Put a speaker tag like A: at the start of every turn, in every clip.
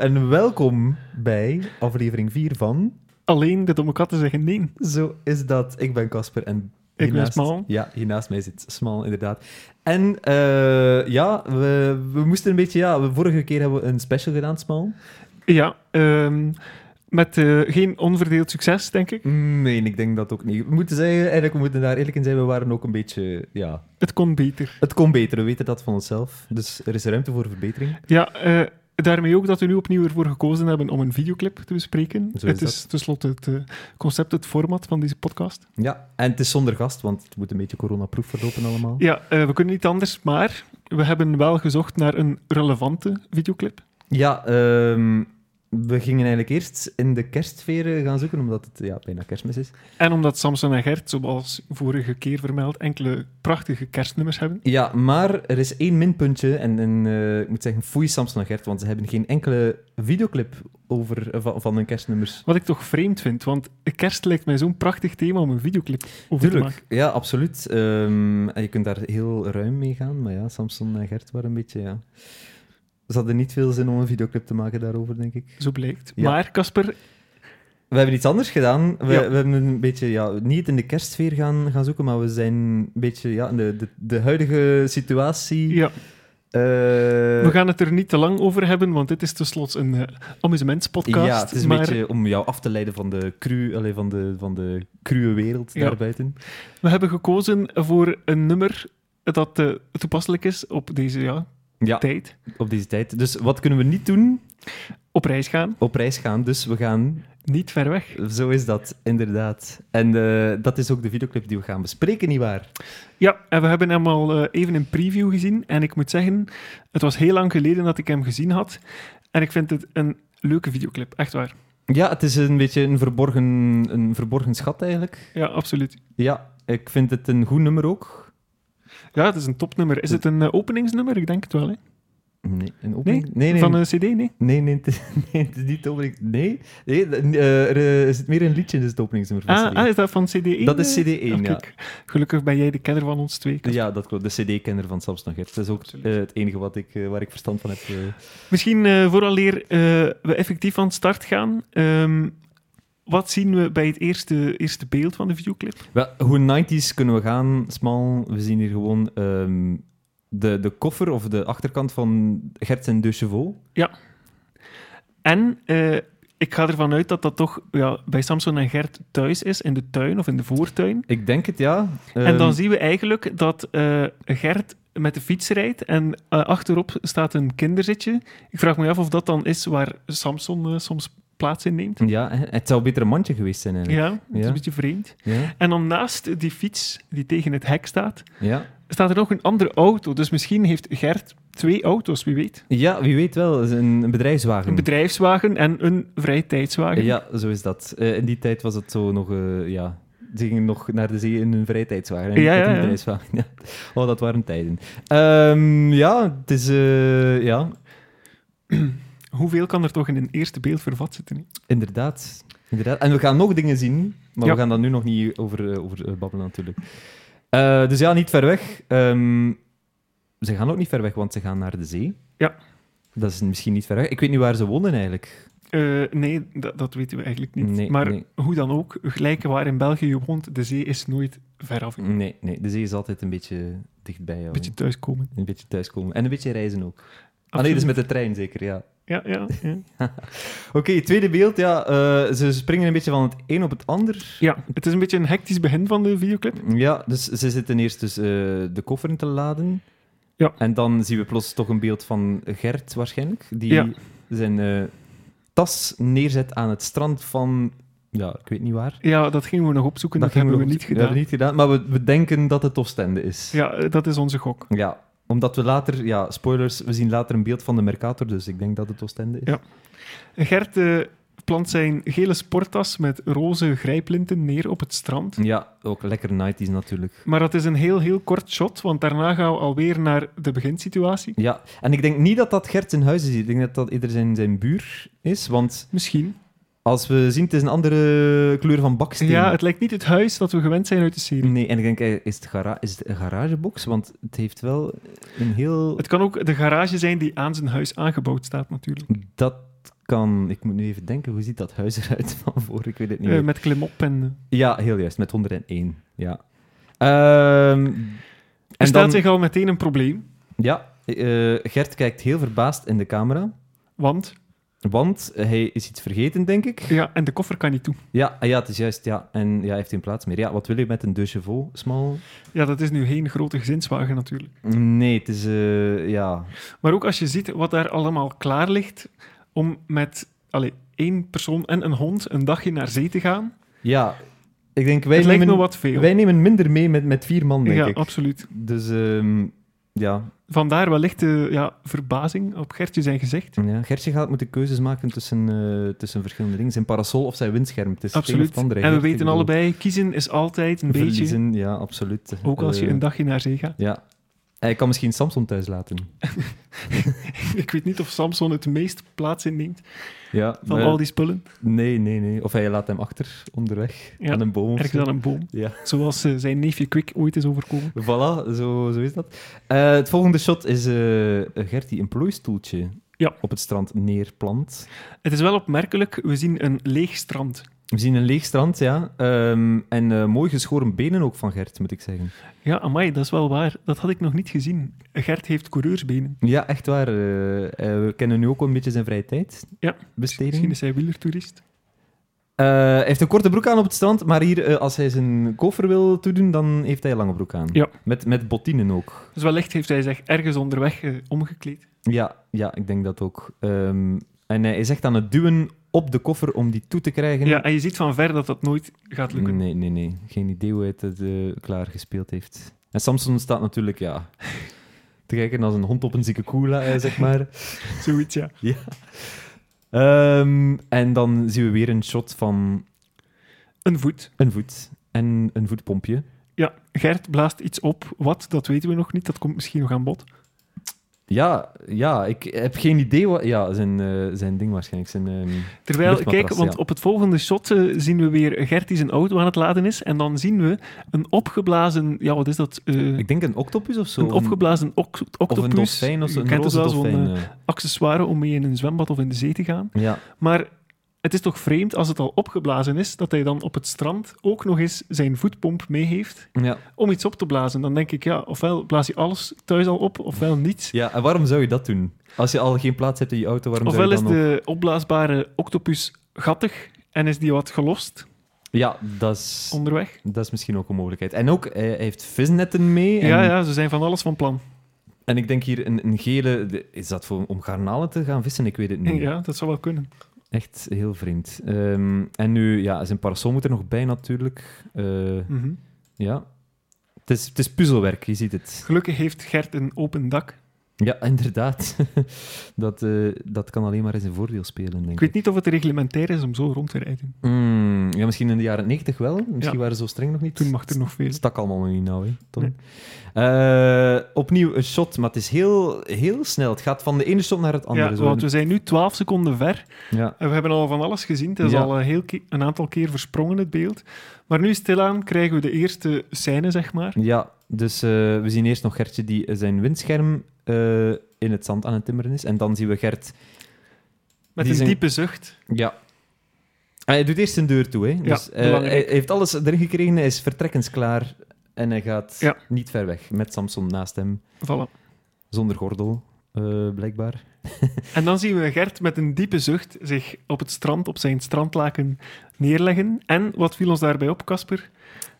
A: en welkom bij aflevering 4 van
B: Alleen de domme katten zeggen nee.
A: Zo is dat. Ik ben Casper en
B: ben Smal.
A: Ja, hiernaast mij zit Smal, inderdaad. En eh, ja, we, we moesten een beetje... Ja, we, vorige keer hebben we een special gedaan, Smal.
B: Ja, ehm, met eh, geen onverdeeld succes, denk ik.
A: Nee, ik denk dat ook niet. We moeten zeggen, eigenlijk, we moeten daar eerlijk in zijn, we waren ook een beetje... Ja,
B: Het kon beter.
A: het kon beter, we weten dat van onszelf. Dus er is ruimte voor verbetering.
B: Ja, eh, daarmee ook dat we nu opnieuw ervoor gekozen hebben om een videoclip te bespreken.
A: is
B: het
A: dat.
B: is tenslotte het eh, concept, het format van deze podcast.
A: Ja, en het is zonder gast, want het moet een beetje coronaproof verlopen allemaal.
B: Ja, eh, we kunnen niet anders, maar we hebben wel gezocht naar een relevante videoclip.
A: Ja, ehm, we gingen eigenlijk eerst in de kerstsfeer gaan zoeken, omdat het ja, bijna kerstmis is.
B: En omdat Samson en Gert, zoals vorige keer vermeld, enkele prachtige kerstnummers hebben.
A: Ja, maar er is één minpuntje. En, en eh, ik moet zeggen, foei Samson en Gert, want ze hebben geen enkele videoclip over, eh, van, van hun kerstnummers.
B: Wat ik toch vreemd vind, want kerst lijkt mij zo'n prachtig thema om een videoclip over te maken.
A: Tuurlijk, ja, absoluut. Ehm, en je kunt daar heel ruim mee gaan. Maar ja, Samson en Gert waren een beetje, ja... Ze hadden niet veel zin om een videoclip te maken daarover, denk ik.
B: Zo blijkt.
A: Ja.
B: Maar Casper,
A: We hebben iets anders gedaan. We,
B: Ja.
A: we hebben een beetje, ja, niet in de kerstsfeer gaan, gaan zoeken, maar we zijn een beetje ja, in de, de, de huidige situatie.
B: ja,
A: Eh,
B: we gaan het er niet te lang over hebben, want dit is tenslotte een eh, amusementspodcast.
A: ja, het is een
B: maar
A: beetje om jou af te leiden van de, cru, allee, van de, van de cruwe wereld
B: Ja.
A: daarbuiten.
B: we hebben gekozen voor een nummer dat eh, toepasselijk is op deze ja,
A: Ja,
B: tijd.
A: op deze tijd. Dus wat kunnen we niet doen?
B: Op reis gaan,
A: Op reis gaan. Dus we gaan,
B: niet ver weg.
A: zo is dat, inderdaad. En eh, dat is ook de videoclip die we gaan bespreken, nietwaar?
B: Ja, en we hebben hem al eh, even in preview gezien. En ik moet zeggen, het was heel lang geleden dat ik hem gezien had. En ik vind het een leuke videoclip, echt waar.
A: Ja, het is een beetje een verborgen, een verborgen schat eigenlijk.
B: Ja, absoluut.
A: Ja, ik vind het een goed nummer ook.
B: Ja, het is een topnummer. Is het een eh, openingsnummer? Ik denk het wel, hè?
A: Nee, een
B: Nee?
A: opening? Nee, nee.
B: Van een cd, nee?
A: nee, nee, het is, nee, het is niet de opening. Nee, nee de- eh, er eh, is het meer een liedje, dus het openingsnummer van
B: Ah,
A: CD.
B: ah, is dat van CD1?
A: Dat is
B: eh?
A: CD1,
B: Ah,
A: ja.
B: kijk. Gelukkig ben jij de kenner van ons twee.
A: Ja, dat klopt. De CD-kenner van Samson en Gert. Dat is ook
B: Absoluut.
A: eh, het enige wat ik, eh, waar ik verstand van heb. eh.
B: Misschien eh vooraleer eh, we effectief aan de start gaan. ehm, wat zien we bij het eerste, eerste beeld van de videoclip?
A: Wel, hoe 90s kunnen we gaan, Smal? We zien hier gewoon ehm, de, de koffer of de achterkant van Gert en De Chevaux.
B: En eh, ik ga ervan uit dat dat toch ja, bij Samson en Gert thuis is, in de tuin of in de voortuin.
A: Ik denk het, ja.
B: en dan
A: Ehm,
B: zien we eigenlijk dat eh, Gert met de fiets rijdt en eh, achterop staat een kinderzitje. Ik vraag me af of dat dan is waar Samson eh, soms plaats in neemt.
A: Ja, hè. het zou beter een mandje geweest zijn eigenlijk.
B: Ja, dat is
A: Ja.
B: een beetje vreemd.
A: Ja,
B: En dan naast die fiets die tegen het hek staat,
A: ja.
B: staat er nog een andere auto. Dus misschien heeft Gert twee auto's, wie weet.
A: ja wie weet wel. het is Een, een bedrijfswagen.
B: Een bedrijfswagen en een vrijtijdswagen.
A: Hm. Ja, zo is dat. Eh, in die tijd was het zo nog, eh, ja... Ze gingen nog naar de zee in hun vrije tijdswagen. en
B: Ja,
A: niet
B: ja,
A: in
B: ja.
A: de reiswagen. Ja. Oh, dat waren tijden. Ehm, ja, het is... eh, ja,
B: Hoeveel kan er toch in een eerste beeld vervat zitten? hè?
A: inderdaad. inderdaad. En we gaan nog dingen zien, maar
B: Ja.
A: we gaan daar nu nog niet over, eh, over eh, babbelen natuurlijk. Eh, dus ja, niet ver weg. Ehm, ze gaan ook niet ver weg, want ze gaan naar de zee.
B: Ja.
A: Dat is misschien niet ver weg. Ik weet niet waar ze wonen eigenlijk.
B: Eh, nee, dat, dat weten we eigenlijk niet.
A: Nee,
B: maar
A: nee.
B: hoe dan ook, gelijk waar in België je woont, de zee is nooit ver af. Een
A: Nee, nee, de zee is altijd een beetje dichtbij jou.
B: beetje thuiskomen.
A: Een beetje thuiskomen. En een beetje reizen ook. Ah, nee, dus met de trein zeker, ja.
B: Ja, ja, ja.
A: Oké, tweede beeld. Ja, eh, ze springen een beetje van het een op het ander.
B: ja, het is een beetje een hectisch begin van de videoclip.
A: Ja, dus ze zitten eerst dus, eh, de koffer in te laden.
B: Ja.
A: En dan zien we plots toch een beeld van Gert waarschijnlijk. Die
B: Ja.
A: zijn eh, tas neerzet aan het strand van... Ja, ik weet niet waar.
B: Ja, dat gingen we nog opzoeken, dat,
A: gingen
B: hebben we
A: nog-
B: niet
A: dat hebben
B: gedaan.
A: we niet gedaan. Maar we, we denken dat het Oostende is.
B: Ja, eh, dat is onze gok.
A: Ja, omdat we later... Ja, spoilers. We zien later een beeld van de Mercator, dus ik denk dat het Oostende is.
B: Ja. Gert eh, plant zijn gele sporttas met roze grijplinten neer op het strand.
A: Ja, ook lekker 90s natuurlijk.
B: Maar dat is een heel, heel kort shot, want daarna gaan we alweer naar de beginsituatie.
A: Ja, en ik denk niet dat dat Gert zijn huis is. Ik denk dat dat eerder zijn, zijn buur is. Want
B: Misschien.
A: als we zien, het is een andere kleur van baksteen.
B: Ja, het lijkt niet het huis dat we gewend zijn uit de serie.
A: Nee, en ik denk, eh, is het, gara- is het een garagebox? Want het heeft wel een heel...
B: Het kan ook de garage zijn die aan zijn huis aangebouwd staat, natuurlijk.
A: Dat kan... Ik moet nu even denken, hoe ziet dat huis eruit van voor? Ik weet het niet
B: Eh,
A: meer.
B: met klimop en...
A: Ja, heel juist, met 101. Ja. Ehm,
B: Er
A: en
B: staat
A: dan...
B: zich al meteen een probleem,
A: Ja, eh, Gert kijkt heel verbaasd in de camera,
B: want...
A: want hij is iets vergeten, denk ik.
B: Ja, en de koffer kan niet toe.
A: Ja, ah ja het is juist, ja. En ja, hij heeft geen plaats meer. Ja, wat wil je met een deux chevaux, smal?
B: Ja, dat is nu geen grote gezinswagen natuurlijk.
A: Nee, het is, eh, ja...
B: Maar ook als je ziet wat daar allemaal klaar ligt om met allee, één persoon en een hond een dagje naar zee te gaan.
A: Ja, ik denk, wij
B: het lijkt me
A: nemen,
B: wat veel.
A: wij nemen minder mee met, met vier man, denk
B: ja,
A: ik.
B: absoluut.
A: Dus, ehm, ja.
B: Vandaar wellicht de ja, verbazing op Gertje zijn gezicht.
A: ja. Gertje gaat moeten keuzes maken tussen, eh, tussen verschillende dingen. Zijn parasol of zijn windscherm. Het is het een
B: Absoluut.
A: of het andere,
B: En we
A: Gert. Ik
B: weten
A: bedoel,
B: allebei, kiezen is altijd een beetje...
A: verliezen, Ja, absoluut.
B: Ook als je
A: Eh,
B: een dagje naar zee gaat.
A: Ja. Hij kan misschien Samson thuis laten.
B: Ik weet niet of Samson het meest plaats inneemt
A: Ja,
B: van
A: maar-
B: al die spullen.
A: Nee, nee, nee. Of hij laat hem achter onderweg
B: Ja,
A: aan een boom. of
B: Ergens
A: zo.
B: aan een boom.
A: Ja.
B: Zoals eh, zijn neefje Quick ooit is overkomen.
A: Voilà, zo, zo is dat. Eh, het volgende shot is eh Gert die een plooistoeltje
B: Ja.
A: op het strand neerplant.
B: Het is wel opmerkelijk, we zien een leeg strand.
A: We zien een leeg strand, ja. Ehm, en eh, mooi geschoren benen ook van Gert, moet ik zeggen.
B: Ja, amai, dat is wel waar. Dat had ik nog niet gezien. Gert heeft coureursbenen.
A: Ja, echt waar. eh, eh, we kennen nu ook wel een beetje zijn vrije tijd.
B: Ja.
A: Besteding.
B: Misschien is hij wielertoerist.
A: Eh, hij heeft een korte broek aan op het strand, maar hier, eh, als hij zijn koffer wil toedoen, dan heeft hij een lange broek aan.
B: Ja.
A: Met, met bottinen ook.
B: Dus wellicht heeft hij zich ergens onderweg eh, omgekleed.
A: Ja, ja, ik denk dat ook. Ehm, en hij is echt aan het duwen op de koffer om die toe te krijgen.
B: Ja, en je ziet van ver dat dat nooit gaat lukken.
A: nee, nee, nee. Geen idee hoe hij het eh, klaar klaargespeeld heeft. En Samson staat natuurlijk, ja... te kijken als een hond op een zieke koela, eh, zeg maar.
B: Zoiets, ja.
A: Ehm, en dan zien we weer een shot van
B: Een voet.
A: een voet en een voetpompje.
B: Ja, Gert blaast iets op. Wat, dat weten we nog niet. Dat komt misschien nog aan bod.
A: Ja, ja, ik heb geen idee wat... Ja, zijn, eh, zijn ding waarschijnlijk. Zijn, ehm,
B: Terwijl,
A: Luchtmatras,
B: kijk, want
A: ja.
B: op het volgende shot eh, zien we weer Gert die zijn auto aan het laden is. En dan zien we een opgeblazen, ja, wat is dat? Eh,
A: ik denk een octopus of zo.
B: een opgeblazen oct-
A: Of
B: octopus.
A: een dolfijn of zo.
B: Je
A: Een
B: kent het
A: roze
B: wel, zo'n
A: dolfijn.
B: eh,
A: eh.
B: accessoire om mee in een zwembad of in de zee te gaan.
A: ja.
B: Maar het is toch vreemd als het al opgeblazen is, dat hij dan op het strand ook nog eens zijn voetpomp mee heeft
A: Ja.
B: om iets op te blazen. Dan denk ik, ja, ofwel blaas je alles thuis al op, ofwel niet.
A: ja, en waarom zou je dat doen? Als je al geen plaats hebt in je auto, waarom
B: Ofwel
A: zou
B: is
A: je dan nog-
B: de opblaasbare octopus gattig en is die wat gelost
A: Ja, dat is,
B: onderweg.
A: dat is misschien ook een mogelijkheid. En ook, eh, hij heeft visnetten mee. En,
B: Ja, ja, ze zijn van alles van plan.
A: en ik denk hier een, een gele... de- Is dat voor, om garnalen te gaan vissen? Ik weet het niet.
B: Ja, dat zou wel kunnen.
A: Echt heel vreemd. Ehm, en nu, ja, zijn parasol moet er nog bij natuurlijk. Eh,
B: Mhm.
A: ja. Het is, het is puzzelwerk, je ziet het.
B: Gelukkig heeft Gert een open dak.
A: Ja, inderdaad. dat, eh, dat kan alleen maar in zijn voordeel spelen, denk
B: Ik
A: ik.
B: weet niet of het reglementair is om zo rond te rijden.
A: Mm, ja, misschien in de jaren 90 wel. Misschien
B: Ja.
A: waren ze zo streng nog niet.
B: Toen mag er nog veel.
A: Het stak allemaal nog niet nou, hè, Tom?
B: Nee.
A: Eh, opnieuw een shot, maar het is heel, heel snel. Het gaat van de ene shot naar het andere.
B: Ja,
A: zo.
B: want we zijn nu 12 seconden ver.
A: ja.
B: En we hebben al van alles gezien. Het is
A: Ja.
B: al een, heel ke- een aantal keer versprongen, het beeld. Maar nu stilaan krijgen we de eerste scène, zeg maar.
A: ja, dus eh, we zien eerst nog Gertje die eh, zijn windscherm eh, in het zand aan het timmeren is. En dan zien we Gert...
B: Met
A: Die
B: een
A: zijn-
B: diepe zucht.
A: Ja. Hij doet eerst zijn deur toe, hè. Dus, eh,
B: belangrijk.
A: hij heeft alles erin gekregen, hij is vertrekkensklaar. En hij gaat
B: Ja.
A: niet ver weg, met Samson naast hem.
B: Voilà.
A: Zonder gordel, eh, blijkbaar.
B: En dan zien we Gert met een diepe zucht zich op het strand, op zijn strandlaken neerleggen. En wat viel ons daarbij op, Casper?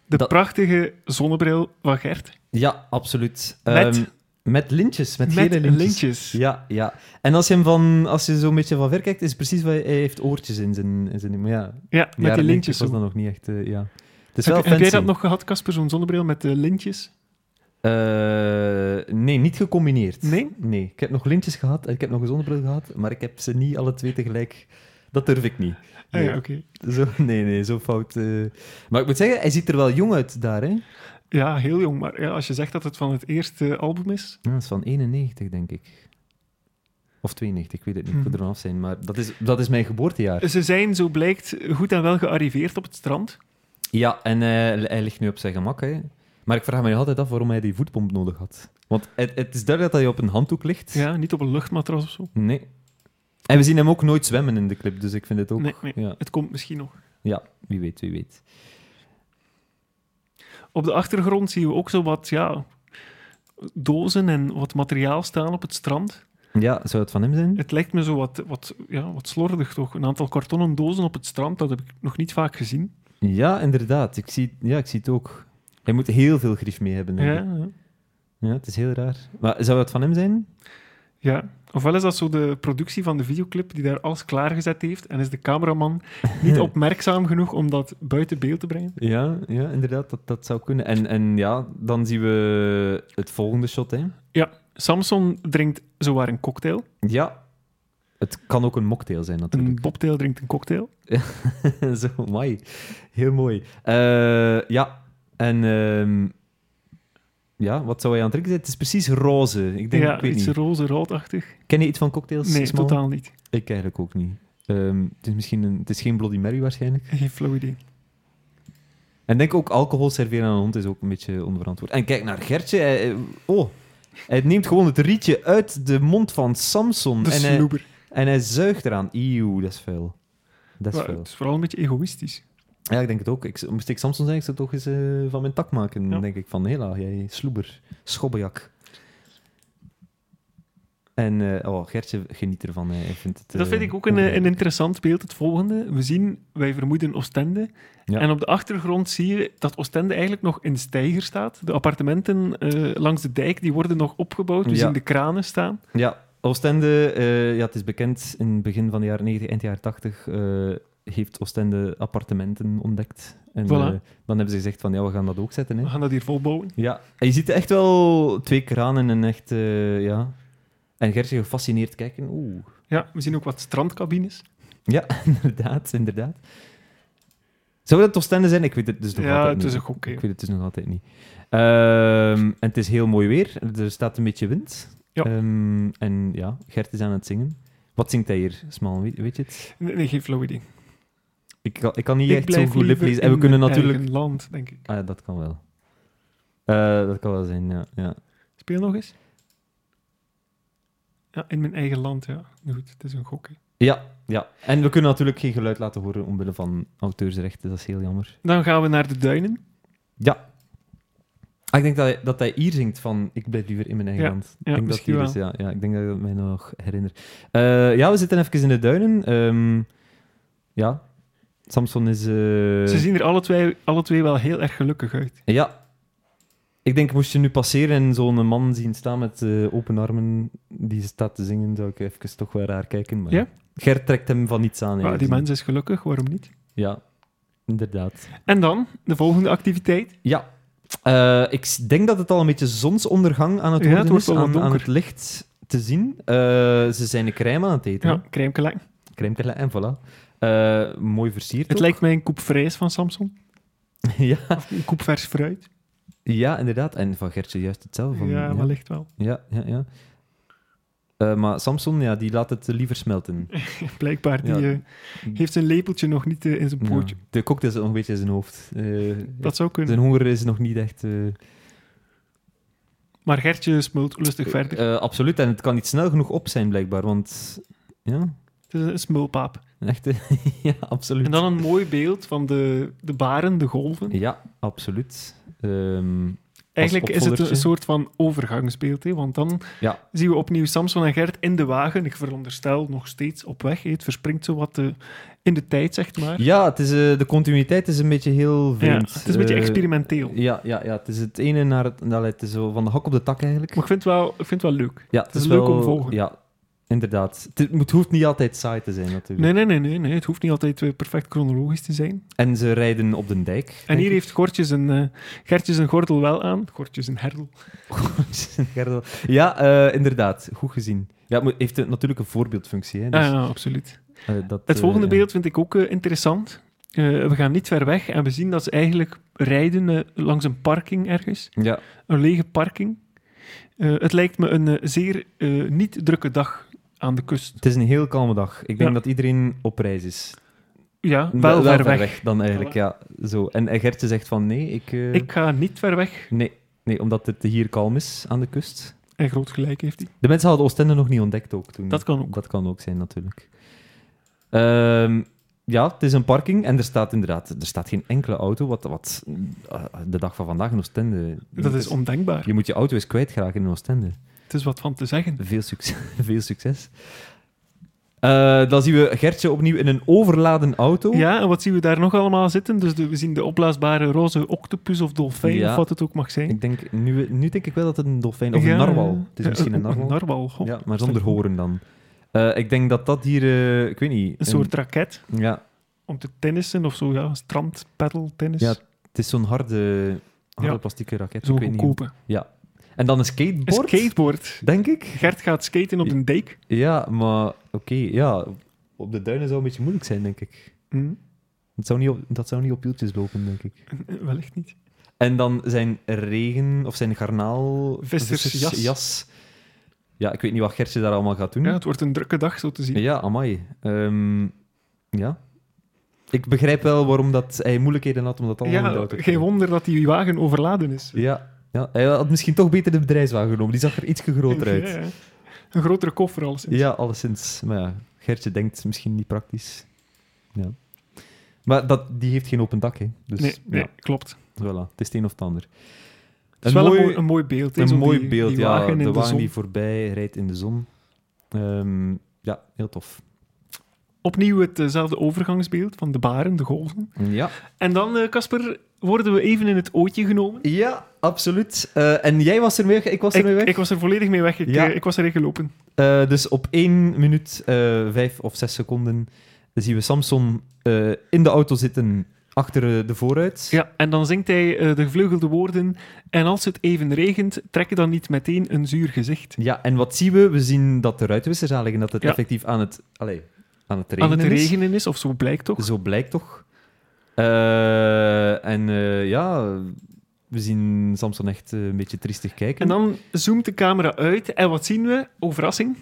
B: De
A: Dat-
B: prachtige zonnebril van Gert.
A: Ja, absoluut.
B: Met?
A: Ehm, met lintjes, met,
B: Met,
A: gele lintjes.
B: lintjes.
A: Ja, ja. En als je hem van, als je zo'n beetje van ver kijkt, is het precies wat hij hij heeft oortjes in zijn, in zijn maar ja, de
B: Ja, met
A: jaren
B: de
A: 90
B: lintjes.
A: was
B: zo.
A: dat nog niet echt, eh, ja. Het is
B: Heb,
A: wel
B: heb jij
A: fancy.
B: dat nog gehad, Casper, zo'n zonnebril met de lintjes?
A: Eh, nee, niet gecombineerd.
B: Nee?
A: Nee. Ik heb nog lintjes gehad en ik heb nog een zonnebril gehad, maar ik heb ze niet alle twee tegelijk. Dat durf ik niet.
B: Ah
A: Nee,
B: ja, oké.
A: zo, nee, nee, zo fout. eh. Maar ik moet zeggen, hij ziet er wel jong uit daar, hè?
B: Ja, heel jong. Maar ja, als je zegt dat het van het eerste album is...
A: Ja, dat is van 91, denk ik. Of 92, ik weet het niet. Ik
B: Mhm.
A: moet er vanaf zijn, maar dat is, dat is mijn geboortejaar.
B: Ze zijn, zo blijkt, goed en wel gearriveerd op het strand.
A: Ja, en eh, hij ligt nu op zijn gemak. Hè. Maar ik vraag me nog altijd af waarom hij die voetpomp nodig had. Want het, het is duidelijk dat hij op een handdoek ligt.
B: Ja, niet op een luchtmatras of zo.
A: Nee. En we zien hem ook nooit zwemmen in de clip, dus ik vind het ook...
B: Nee, nee.
A: Ja,
B: Het komt misschien nog.
A: ja, wie weet, wie weet.
B: Op de achtergrond zien we ook zo wat ja, dozen en wat materiaal staan op het strand.
A: Ja, zou het van hem zijn?
B: Het lijkt me zo wat, wat, ja, wat slordig toch. Een aantal kartonnen dozen op het strand, dat heb ik nog niet vaak gezien.
A: Ja, inderdaad. Ik zie, ja, ik zie het ook. Hij moet heel veel grief mee hebben. denk
B: Ja,
A: ik.
B: ja.
A: ja, het is heel raar. Maar zou het van hem zijn?
B: ja. Ofwel is dat zo de productie van de videoclip die daar alles klaargezet heeft en is de cameraman niet opmerkzaam genoeg om dat buiten beeld te brengen.
A: Ja, ja inderdaad, dat, dat zou kunnen. En, en ja, dan zien we het volgende shot. Hè.
B: Samson drinkt zowaar een cocktail.
A: Ja, het kan ook een mocktail zijn
B: Een
A: natuurlijk.
B: bobtail drinkt een cocktail.
A: Zo, mooi. Heel mooi. Eh, ja, en ehm, ja, wat zou hij aan het drinken zijn? Het is precies roze. Ik denk,
B: ja,
A: ik weet
B: iets
A: niet.
B: roze-roodachtig.
A: Ken je iets van cocktails?
B: Nee,
A: Smal?
B: totaal niet.
A: Ik eigenlijk ook niet. Ehm, het, is misschien een, het is geen Bloody Mary waarschijnlijk.
B: Geen flauw idee.
A: Mm, En denk ook alcohol serveren aan een hond is ook een beetje onverantwoord. En kijk naar Gertje. Hij, oh, hij neemt gewoon het rietje uit de mond van Samson.
B: De
A: en, eh, hij,
B: Dus snoeber.
A: en hij zuigt eraan. Eeuw, dat is vuil. Dat is
B: Maar
A: vuil.
B: het is vooral een beetje egoïstisch.
A: Ja, ik denk het ook. Ik, moest ik Samson zijn, ik zou het toch eens eh, van mijn tak maken.
B: Ja.
A: Dan denk ik van, hela, jij sloeber, schobbejak. En eh, oh, Gertje geniet ervan. hè. Hij vindt het, eh,
B: dat vind ik ook een, eh, een interessant beeld, het volgende. We zien, wij vermoeden Oostende.
A: Ja.
B: En op de achtergrond zie je dat Oostende eigenlijk nog in steiger staat. De appartementen eh, langs de dijk, die worden nog opgebouwd. We
A: Ja. Hm?
B: zien de kranen staan.
A: Ja, Oostende, eh, ja, het is bekend in het begin van de jaren 90, eind jaren 80, eh, heeft Oostende appartementen ontdekt. En
B: Voilà.
A: eh, dan hebben ze gezegd van, ja, we gaan dat ook zetten. Hè.
B: We gaan dat hier volbouwen.
A: Ja, en je ziet echt wel twee kranen en echt, eh, ja... En Gertje gefascineerd kijken, oeh...
B: Ja, we zien ook wat strandcabines.
A: Ja, inderdaad, inderdaad. Zou dat Oostende zijn? Ik weet het dus nog
B: ja,
A: altijd
B: het
A: niet.
B: is ook oké.
A: Ik weet het dus nog altijd niet. Ehm, en het is heel mooi weer. Er staat een beetje wind.
B: Ja.
A: Ehm, en ja, Gert is aan het zingen. Wat zingt hij hier, Smal? Weet, weet je het?
B: Nee, nee, geen flauw idee.
A: Ik kan, ik kan niet
B: Ik
A: echt zo
B: blijf
A: goed
B: liever
A: liplezen. En
B: in
A: we kunnen
B: mijn
A: natuurlijk...
B: eigen land, denk ik.
A: Ah, ja, dat kan wel. Eh, dat kan wel zijn, ja. ja.
B: Speel nog eens. Ja, in mijn eigen land, ja. Nou Goed, het is een gok. hè.
A: Ja, ja. En we kunnen natuurlijk geen geluid laten horen omwille van auteursrechten. Dat is heel jammer.
B: Dan gaan we naar de duinen.
A: Ah, ik denk dat hij, dat hij hier zingt van ik blijf liever in mijn eigen
B: Ja,
A: land.
B: ja,
A: ik denk dat
B: misschien
A: hier is, ja, ja, ik denk dat ik dat mij nog herinner. Eh, ja, we zitten even in de duinen. Ehm, ja, Samson is... eh,
B: Ze zien er alle twee, alle twee wel heel erg gelukkig uit.
A: Ja. Ik denk, moest je nu passeren en zo'n man zien staan met eh, open armen die staat te zingen, zou ik even toch wel raar kijken. Maar
B: Ja?
A: Gert trekt hem van niets aan.
B: Ah,
A: hè. Dus
B: die mens is gelukkig, waarom niet?
A: Ja, inderdaad.
B: En dan, de volgende activiteit.
A: Ja. Eh, ik s- denk dat het al een beetje zonsondergang aan het
B: Ja,
A: worden
B: het wordt
A: is,
B: wel wat
A: aan, aan
B: donker.
A: het licht te zien. Eh, ze zijn een crème aan het eten.
B: Ja,
A: Ja.
B: crème
A: en voilà. Eh, mooi versierd
B: Het
A: ook.
B: lijkt mij een koep fris van Samson.
A: ja,
B: Of een koep vers fruit.
A: ja, inderdaad. En van Gertje juist hetzelfde. Van,
B: ja,
A: ja,
B: wellicht wel.
A: ja, ja, ja. Eh, maar Samson, ja, die laat het liever smelten.
B: Blijkbaar, die
A: Ja.
B: eh, heeft zijn lepeltje nog niet eh, in zijn
A: Ja.
B: pootje.
A: De cocktail zit nog een beetje in zijn hoofd. Eh,
B: Dat zou kunnen.
A: zijn honger is nog niet echt... eh,
B: Maar Gertje smult lustig verder.
A: eh, absoluut, en het kan niet snel genoeg op zijn, blijkbaar. Want, ja,
B: Het is een smulpaap.
A: echt... eh, ja, absoluut.
B: En dan een mooi beeld van de, de baren, de golven.
A: Ja, absoluut. Ehm,
B: Eigenlijk is het een
A: opvolgertje.
B: soort van overgangsbeeld, hè? want dan
A: Ja.
B: zien we opnieuw Samson en Gert in de wagen. Ik veronderstel nog steeds op weg. hè. Het verspringt zo wat eh, in de tijd, zeg maar.
A: ja, het is, eh, de continuïteit is een beetje heel
B: Ja,
A: vreemd.
B: het is een beetje
A: Eh,
B: experimenteel.
A: Ja, ja, ja, het is het ene naar het... Nou, het is zo van de hak op de tak eigenlijk.
B: Maar ik vind het wel, ik vind het wel leuk.
A: Ja, het,
B: is leuk om te
A: wel-
B: volgen.
A: Ja, inderdaad. Het, moet- hoeft niet altijd saai te zijn natuurlijk.
B: Nee, nee, nee, nee, nee. Het hoeft niet altijd eh, perfect chronologisch te zijn.
A: En ze rijden op de dijk.
B: En
A: denk
B: hier
A: ik.
B: heeft Gortje zijn, eh, Gertje zijn gordel wel aan. Gortje zijn herdel.
A: Gerda- ja, eh, inderdaad. Goed gezien. Ja, het moet- heeft een- natuurlijk een voorbeeldfunctie. Hè, dus,
B: Ah, ja, absoluut.
A: eh, dat,
B: Het
A: eh,
B: volgende
A: ja.
B: beeld vind ik ook eh, interessant. Eh, we gaan niet ver weg en we zien dat ze eigenlijk rijden eh, langs een parking ergens.
A: Ja,
B: een lege parking. Eh, het lijkt me een eh, zeer eh, niet drukke dag aan de kust.
A: het is een heel kalme dag. Ik denk
B: Ja.
A: dat iedereen op reis is.
B: Ja, wel, ver weg.
A: dan eigenlijk,
B: Voilà.
A: ja. Zo. En en Gertje zegt van nee, ik... eh,
B: Ik ga niet ver weg.
A: Nee, nee, omdat het hier kalm is aan de kust.
B: En groot gelijk heeft hij.
A: De mensen hadden Oostende nog niet ontdekt ook toen.
B: Dat kan ook.
A: Dat kan ook zijn, natuurlijk. Ehm, ja, het is een parking en er staat inderdaad er staat geen enkele auto, wat, wat eh, de dag van vandaag in Oostende...
B: Dat is ondenkbaar.
A: Je moet je auto eens kwijtraken in Oostende.
B: Het is wat van te zeggen.
A: Veel succes. Veel succes. Eh, dan zien we Gertje opnieuw in een overladen auto.
B: Ja, en wat zien we daar nog allemaal zitten? Dus de- we zien de opblaasbare roze octopus of dolfijn,
A: Ja.
B: of wat het ook mag zijn.
A: Ik denk, nu, nu denk ik wel dat het een dolfijn of
B: Ja.
A: een narwal. Het is
B: Ja,
A: misschien een narwal.
B: narwal, goh.
A: Ja, maar zonder horen dan. Eh, ik denk dat dat hier, eh, ik weet niet.
B: Een soort raket
A: ja,
B: om te tennissen of zo, ja. Strand, paddle, tennis.
A: Ja, het is zo'n harde, harde
B: Ja.
A: plastieke raket.
B: zo
A: ik weet niet hoe-
B: goedkope.
A: En dan een
B: Een
A: skateboard,
B: skateboard.
A: denk ik.
B: Gert gaat skaten op een dijk.
A: Ja, maar oké, ja. Op de duinen zou een beetje moeilijk zijn, denk ik.
B: Hm,
A: Dat zou niet op, dat zou niet op wieltjes lopen, denk ik.
B: Eh, Wellicht niet.
A: En dan zijn regen, of zijn garnaal...
B: Vissersjas.
A: vissersjas. Ja, ik weet niet wat Gertje daar allemaal gaat doen.
B: Ja, het wordt een drukke dag, zo te zien.
A: Ja, amai. Ehm, ja. Ik begrijp wel waarom dat hij moeilijkheden had om dat allemaal in de
B: Ja,
A: auto te
B: geen
A: doen.
B: wonder dat die wagen overladen is.
A: Ja. ja, hij had misschien toch beter de bedrijfswagen genomen. Die zag er iets groter uit.
B: Ja, ja. Een grotere koffer alles.
A: Ja, alleszins. Maar ja, Gertje denkt misschien niet praktisch. Ja. Maar dat, die heeft geen open dak, hè. Dus
B: nee, nee,
A: ja,
B: klopt.
A: voilà. Het is het een of het ander.
B: Het is
A: Een
B: wel een
A: mooi-
B: mooi, een mooi beeld. hè,
A: Een
B: zo
A: mooi
B: die-
A: beeld,
B: die
A: ja.
B: wagen in
A: de,
B: de
A: wagen
B: zon.
A: die voorbij rijdt in de zon. Ehm, ja, heel tof.
B: Opnieuw hetzelfde overgangsbeeld van de baren, de golven.
A: Ja,
B: En dan, eh, Casper, worden we even in het ootje genomen.
A: ja absoluut. Eh, en jij was er mee weg, ik was er
B: Ik,
A: mee weg.
B: ik was er volledig mee weg. Ik,
A: Ja.
B: eh, ik was erin gelopen.
A: Eh, dus op 1 minuut, eh 5 of 6 seconden, zien we Samson eh, in de auto zitten achter eh, de voorruit.
B: Ja, en dan zingt hij eh, de gevleugelde woorden. En als het even regent, trek dan niet meteen een zuur gezicht.
A: Ja, en wat zien we? We zien dat de ruitenwissers aan liggen, dat het
B: Ja.
A: effectief aan het, allee, aan het
B: Aan
A: regenen
B: het
A: is.
B: regenen is, of zo blijkt toch?
A: Zo blijkt toch. Eh, en eh, ja, we zien Samson echt eh, een beetje triestig kijken.
B: En dan zoomt de camera uit en wat zien we? Oh, verrassing.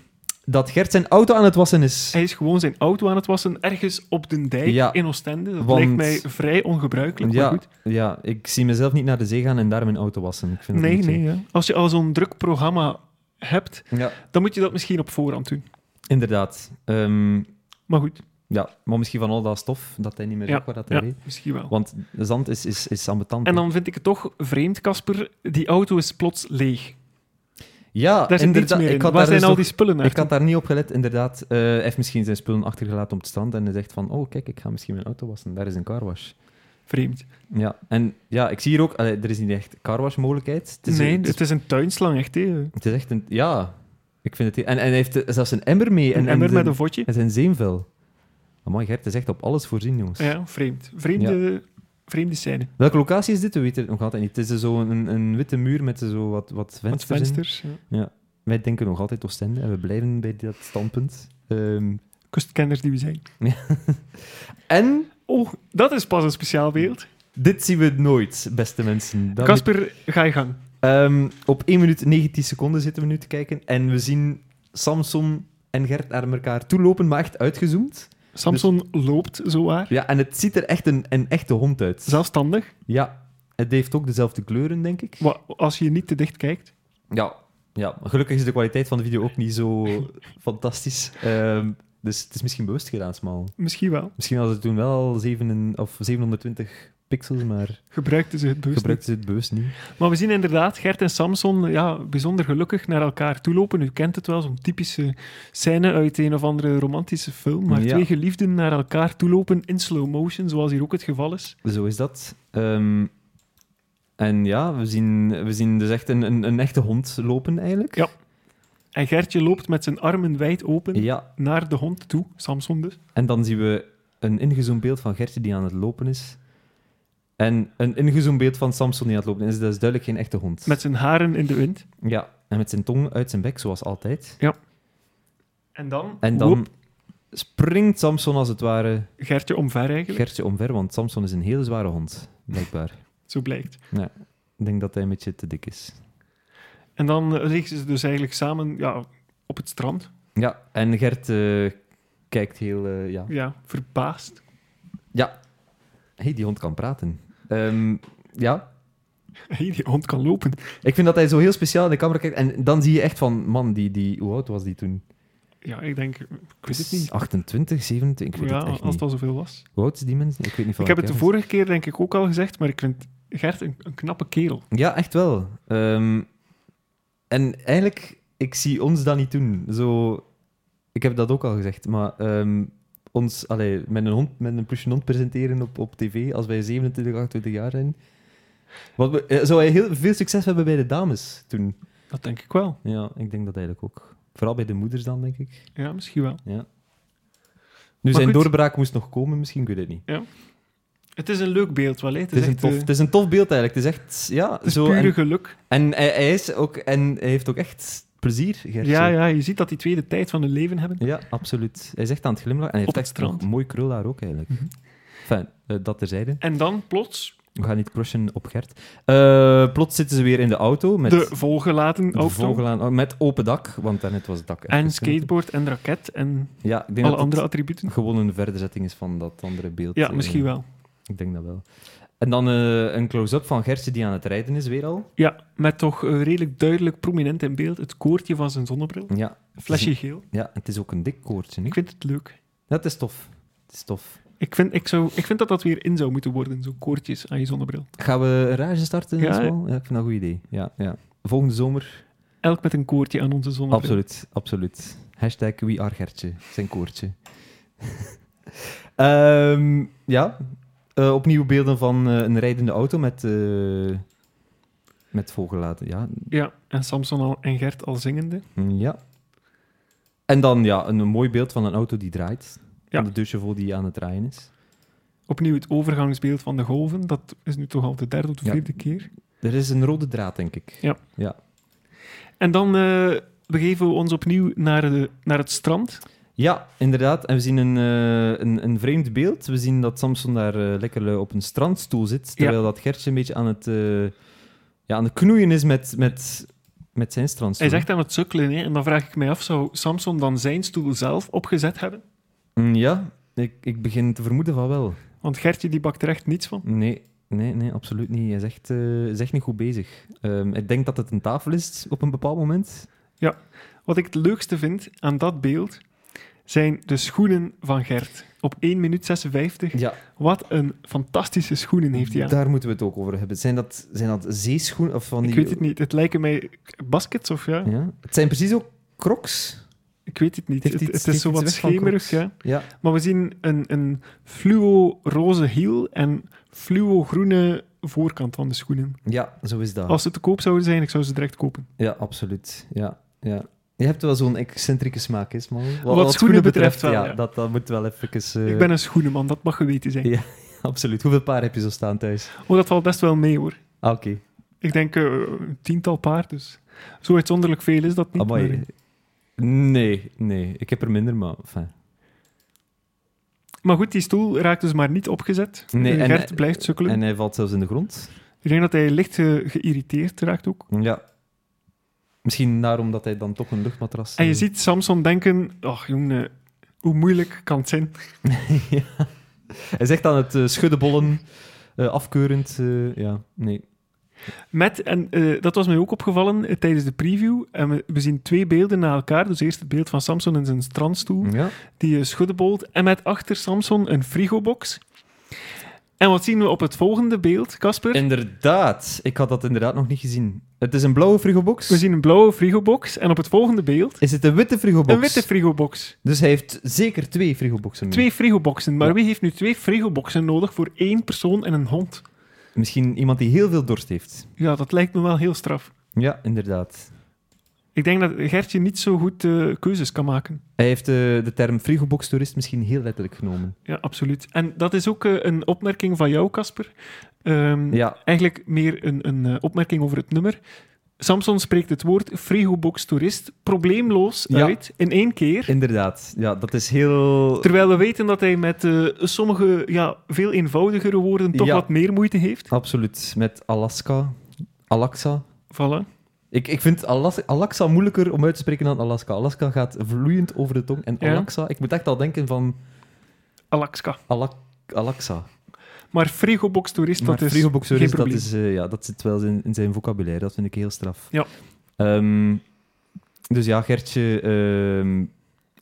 A: Dat Gert zijn auto aan het wassen is.
B: Hij is gewoon zijn auto aan het wassen, ergens op de dijk
A: Ja,
B: in Oostende. Dat
A: want-
B: lijkt mij vrij ongebruikelijk, maar
A: Ja,
B: goed.
A: ja, ik zie mezelf niet naar de zee gaan en daar mijn auto wassen. Ik vind dat
B: Nee,
A: niet zo.
B: nee. Ja. Als je al zo'n druk programma hebt,
A: Ja,
B: dan moet je dat misschien op voorhand doen.
A: inderdaad. Ehm,
B: Maar goed,
A: ja, maar misschien van al dat stof, dat hij niet meer
B: Ja,
A: zag waar dat hij
B: ja,
A: reed.
B: misschien wel.
A: Want zand is, is, is ambetant.
B: En
A: hè.
B: dan vind ik het toch vreemd, Casper, die auto is plots leeg.
A: ja,
B: Daar zit niets
A: Ah, inderdaad.
B: meer in.
A: Ik had
B: Waar
A: daar
B: zijn
A: dus
B: al
A: nog-
B: die spullen
A: Ik
B: naartoe?
A: had daar niet op gelet, inderdaad. Eh, hij heeft misschien zijn spullen achtergelaten op het strand en hij zegt van, oh kijk, ik ga misschien mijn auto wassen. Daar is een carwash.
B: Vreemd.
A: Ja, en ja, ik zie hier ook, allee, er is niet echt carwash mogelijkheid. Het is,
B: nee,
A: het, is,
B: een tuinslang, echt. hè. Een
A: het is echt een, ja, ik vind het, heel- en, en hij heeft eh, zelfs een emmer mee. en, en
B: emmer met
A: zijn-
B: een vodje.
A: En zijn zeemvel. Amai, Gert, het is echt op alles voorzien, jongens.
B: Ja, vreemd. Vreemde, vreemde scène.
A: Welke locatie is dit? We weten het nog altijd niet. Het is zo een, een witte muur met zo wat, wat
B: Met
A: vensters in.
B: vensters. ja.
A: Wij denken nog altijd Oostende en we blijven bij dat standpunt. Ehm,
B: Kustkenners die we zijn.
A: en
B: Oh, dat is pas een speciaal beeld.
A: Dit zien we nooit, beste mensen. Dat
B: Casper, ga je gang.
A: Ehm, op 1 minuut 19 seconden zitten we nu te kijken. En we zien Samson en Gert naar elkaar toe lopen, maar echt uitgezoomd.
B: Samson loopt zowaar.
A: Ja, en het ziet er echt een, een echte hond uit.
B: Zelfstandig.
A: Ja, het heeft ook dezelfde kleuren, denk ik.
B: Wa- Als je niet te dicht kijkt.
A: Ja, ja, gelukkig is de kwaliteit van de video ook niet zo fantastisch. Ehm, dus het is misschien bewust gedaan, smal.
B: Misschien wel.
A: Misschien hadden ze toen wel zeven- of 720 pixels, maar
B: Gebruikten ze het bewust
A: gebruikten ze het bewust niet.
B: niet. Maar we zien inderdaad Gert en Samson ja, bijzonder gelukkig naar elkaar toe lopen. U kent het wel, zo'n typische scène uit een of andere romantische film. Maar
A: Ja.
B: twee geliefden naar elkaar toe lopen in slow motion, zoals hier ook het geval is.
A: Zo is dat. Ehm, en ja, we zien, we zien dus echt een, een, een echte hond lopen eigenlijk.
B: Ja. En Gertje loopt met zijn armen wijd open
A: Ja,
B: naar de hond toe, Samson dus.
A: En dan zien we een ingezoomd beeld van Gertje die aan het lopen is. En een ingezoomd beeld van Samson die aan het lopen is. Dat is duidelijk geen echte hond.
B: Met zijn haren in de wind.
A: Ja, en met zijn tong uit zijn bek, zoals altijd.
B: En dan,
A: En dan
B: woep,
A: springt Samson als het ware
B: Gertje omver eigenlijk,
A: Gertje omver, want Samson is een hele zware hond, blijkbaar.
B: zo blijkt.
A: Ik denk dat hij een beetje te dik is.
B: En dan eh, liggen ze dus eigenlijk samen ja, op het strand.
A: Ja, en Gert eh, kijkt heel... eh, ja,
B: Ja, verbaasd.
A: Ja. hey, die hond kan praten. Ehm, ja.
B: Hey, die hond kan lopen.
A: Ik vind dat hij zo heel speciaal in de camera kijkt. En dan zie je echt van, man, die, die, hoe oud was die toen?
B: Ja, ik denk, ik weet het niet.
A: 28, 27, ik weet
B: ja,
A: het echt
B: als
A: niet.
B: het al zoveel was.
A: Hoe oud is die mensen? Ik weet niet van
B: ik heb het
A: welke
B: de vorige keer denk ik ook al gezegd, maar ik vind Gert een, een knappe kerel.
A: jaren. Ja, echt wel. Ehm, en eigenlijk, ik zie ons dat niet doen. Zo, ik heb dat ook al gezegd, maar ehm, ons, allee, met een hond, met een plusje hond presenteren op, op tv als wij 27, 28 jaar zijn. Wat we, eh, zou hij heel veel succes hebben bij de dames toen?
B: Dat denk ik wel.
A: Ja, ik denk dat eigenlijk ook. Vooral bij de moeders dan, denk ik.
B: Ja, misschien wel.
A: Nu,
B: Maar
A: zijn
B: goed.
A: doorbraak moest nog komen, misschien, ik weet het niet.
B: Het is een leuk beeld wel, hè. Het
A: Het is, een
B: echt,
A: tof,
B: eh,
A: het is een tof beeld eigenlijk. Het is echt, ja,
B: het is
A: zo.
B: pure
A: En,
B: geluk.
A: en hij, hij is ook, en hij heeft ook echt plezier, Gert.
B: Ja, ja, je ziet dat die tweede tijd van hun leven hebben.
A: Ja, absoluut. Hij is echt aan het glimlachen. En hij
B: Op
A: heeft
B: het
A: echt nog
B: strand.
A: een mooi krul haar ook eigenlijk.
B: Mhm.
A: Enfin, eh, dat terzijde.
B: En dan plots
A: We gaan niet crushen op Gert. Eh, plots zitten ze weer in de auto met,
B: de volgelaten
A: de
B: auto.
A: vogel aan- oh, met open dak, want daarnet was het dak. echt
B: En
A: geschimmeld.
B: skateboard en raket en
A: Ja, ik denk dat
B: alle andere
A: andere...
B: attributen.
A: gewoon een verderzetting is van dat andere beeld.
B: Ja,
A: eh,
B: misschien wel.
A: Ik denk dat wel. En dan eh, een close-up van Gertje die aan het rijden is, weer al.
B: Ja, met toch eh, redelijk duidelijk prominent in beeld het koordje van zijn zonnebril.
A: Ja,
B: Flesje geel.
A: ja het is ook een dik koordje. hè?
B: Ik vind het leuk.
A: Dat is tof. Het is tof.
B: Ik vind, ik, zou, ik vind dat dat weer in zou moeten worden, zo'n koordjes aan je zonnebril.
A: Gaan we een rage starten?
B: Ja,
A: Ja, ja, ik vind dat een goed idee. Ja, ja. Volgende zomer?
B: Elk met een koordje aan onze zonnebril.
A: Absoluut, absoluut. Hashtag we are Gertje, zijn koortje. Ehm, ja, Eh, opnieuw beelden van eh, een rijdende auto met, eh met volgelaten. Ja.
B: Ja, en Samson al, en Gert al zingende.
A: Mm, ja. En dan ja, een, een mooi beeld van een auto die draait.
B: Ja.
A: Van de douchevol die aan het draaien is.
B: Opnieuw het overgangsbeeld van de golven. Dat is nu toch al de derde of de
A: Ja.
B: vierde keer.
A: Er is een rode draad, denk ik.
B: Ja. En dan eh, begeven we ons opnieuw naar, de, naar het strand.
A: Ja, inderdaad. En we zien een, eh, een, een vreemd beeld. We zien dat Samson daar eh, lekker lui op een strandstoel zit, terwijl dat Gertje een beetje aan het, eh, ja, aan het knoeien is met, met, met zijn strandstoel.
B: Hij is echt aan het sukkelen. Hè? En dan vraag ik mij af, zou Samson dan zijn stoel zelf opgezet hebben?
A: Mm, ja, ik, ik begin te vermoeden van wel.
B: Want Gertje die bakt er echt niets van.
A: Nee, nee, nee absoluut niet. Hij is echt, eh, is echt niet goed bezig. Ehm, ik denk dat het een tafel is op een bepaald moment.
B: Wat ik het leukste vind aan dat beeld, zijn de schoenen van Gert. Op 1 minuut 56.
A: Ja,
B: Wat een fantastische schoenen heeft hij aan.
A: daar moeten we het ook over hebben. Zijn dat, zijn dat zeeschoenen? Of van die...
B: Ik weet het niet. Het lijken mij baskets of ja.
A: Ja? Het zijn precies ook crocs.
B: Ik weet het niet.
A: Het
B: Het,
A: heeft
B: het
A: iets-
B: is
A: heeft
B: zo wat
A: iets weg van
B: schemerig,
A: Crocs.
B: ja.
A: Ja,
B: Maar we zien een, een fluo-roze hiel en fluo-groene voorkant van de schoenen.
A: ja, zo is dat.
B: Als ze te koop zouden zijn, ik zou ze direct kopen.
A: Ja, absoluut. Ja, ja. Je hebt wel zo'n excentrieke smaak, is man. Wat,
B: schoenen betreft wel,
A: ja.
B: ja.
A: Dat, dat moet wel even... eh,
B: Ik ben een schoenenman, dat mag geweten zijn.
A: Ja. Absoluut. Hoeveel paar heb je zo staan thuis?
B: Oh, dat valt best wel mee hoor.
A: Ah, oké.
B: Ik denk eh, een tiental paar, dus zo uitzonderlijk veel is dat niet.
A: Amai.
B: maar, eh,
A: Nee, nee. Ik heb er minder, maar... Enfin.
B: maar goed, die stoel raakt dus maar niet opgezet.
A: Nee,
B: Eh,
A: en-
B: Gert blijft sukkelen.
A: En hij valt zelfs in de grond.
B: Ik denk dat hij licht eh, geïrriteerd raakt ook.
A: Ja. Misschien daarom dat hij dan toch een luchtmatras...
B: En je
A: eh,
B: ziet Samson denken, ach jongen, hoe moeilijk kan het zijn?
A: ja. Hij zegt aan het eh, schuddenbollen, eh, afkeurend. eh, ja, nee.
B: Met, en eh, dat was mij ook opgevallen eh, tijdens de preview. En we, we zien twee beelden na elkaar. Dus eerst het beeld van Samson in zijn strandstoel,
A: Ja.
B: die eh, schuddebolt. En met achter Samson een frigobox. En wat zien we op het volgende beeld, Casper?
A: Inderdaad. Ik had dat inderdaad nog niet gezien. Het is een blauwe frigobox.
B: We zien een blauwe frigobox. En op het volgende beeld
A: Is het een witte frigobox?
B: een witte frigobox.
A: Dus hij heeft zeker twee frigoboxen. mee.
B: Twee frigoboxen. Maar
A: Hmm. Ja.
B: wie heeft nu twee frigoboxen nodig voor één persoon en een hond?
A: Misschien iemand die heel veel dorst heeft.
B: Ja, dat lijkt me wel heel straf.
A: Ja, inderdaad.
B: Ik denk dat Gertje niet zo goed eh, keuzes kan maken.
A: Hij heeft eh, de term frigobox-toerist misschien heel letterlijk genomen.
B: Ja, absoluut. En dat is ook eh, een opmerking van jou, Casper. Ehm,
A: Ja,
B: Eigenlijk meer een, een eh, opmerking over het nummer. Samson spreekt het woord frigobox toerist probleemloos
A: Ja.
B: uit in één keer.
A: inderdaad. Ja, dat is heel...
B: Terwijl we weten dat hij met eh, sommige ja, veel eenvoudigere woorden toch
A: Ja.
B: wat meer moeite heeft.
A: Absoluut. Met Alaska. Alaxa.
B: Voilà.
A: Ik, ik vind Alas- Alaxa moeilijker om uit te spreken dan Alaska. Alaska gaat vloeiend over de tong. En
B: Ja.
A: Alaxa... Ik moet echt al denken van
B: Alaska.
A: Alak- Alaxa.
B: Maar frigobox toerist,
A: maar
B: dat is
A: frigobox
B: geen
A: toerist, dat,
B: probleem.
A: is, eh, ja, dat zit wel in, in zijn vocabulaire. Dat vind ik heel straf.
B: Ja.
A: Ehm, dus ja, Gertje... ehm,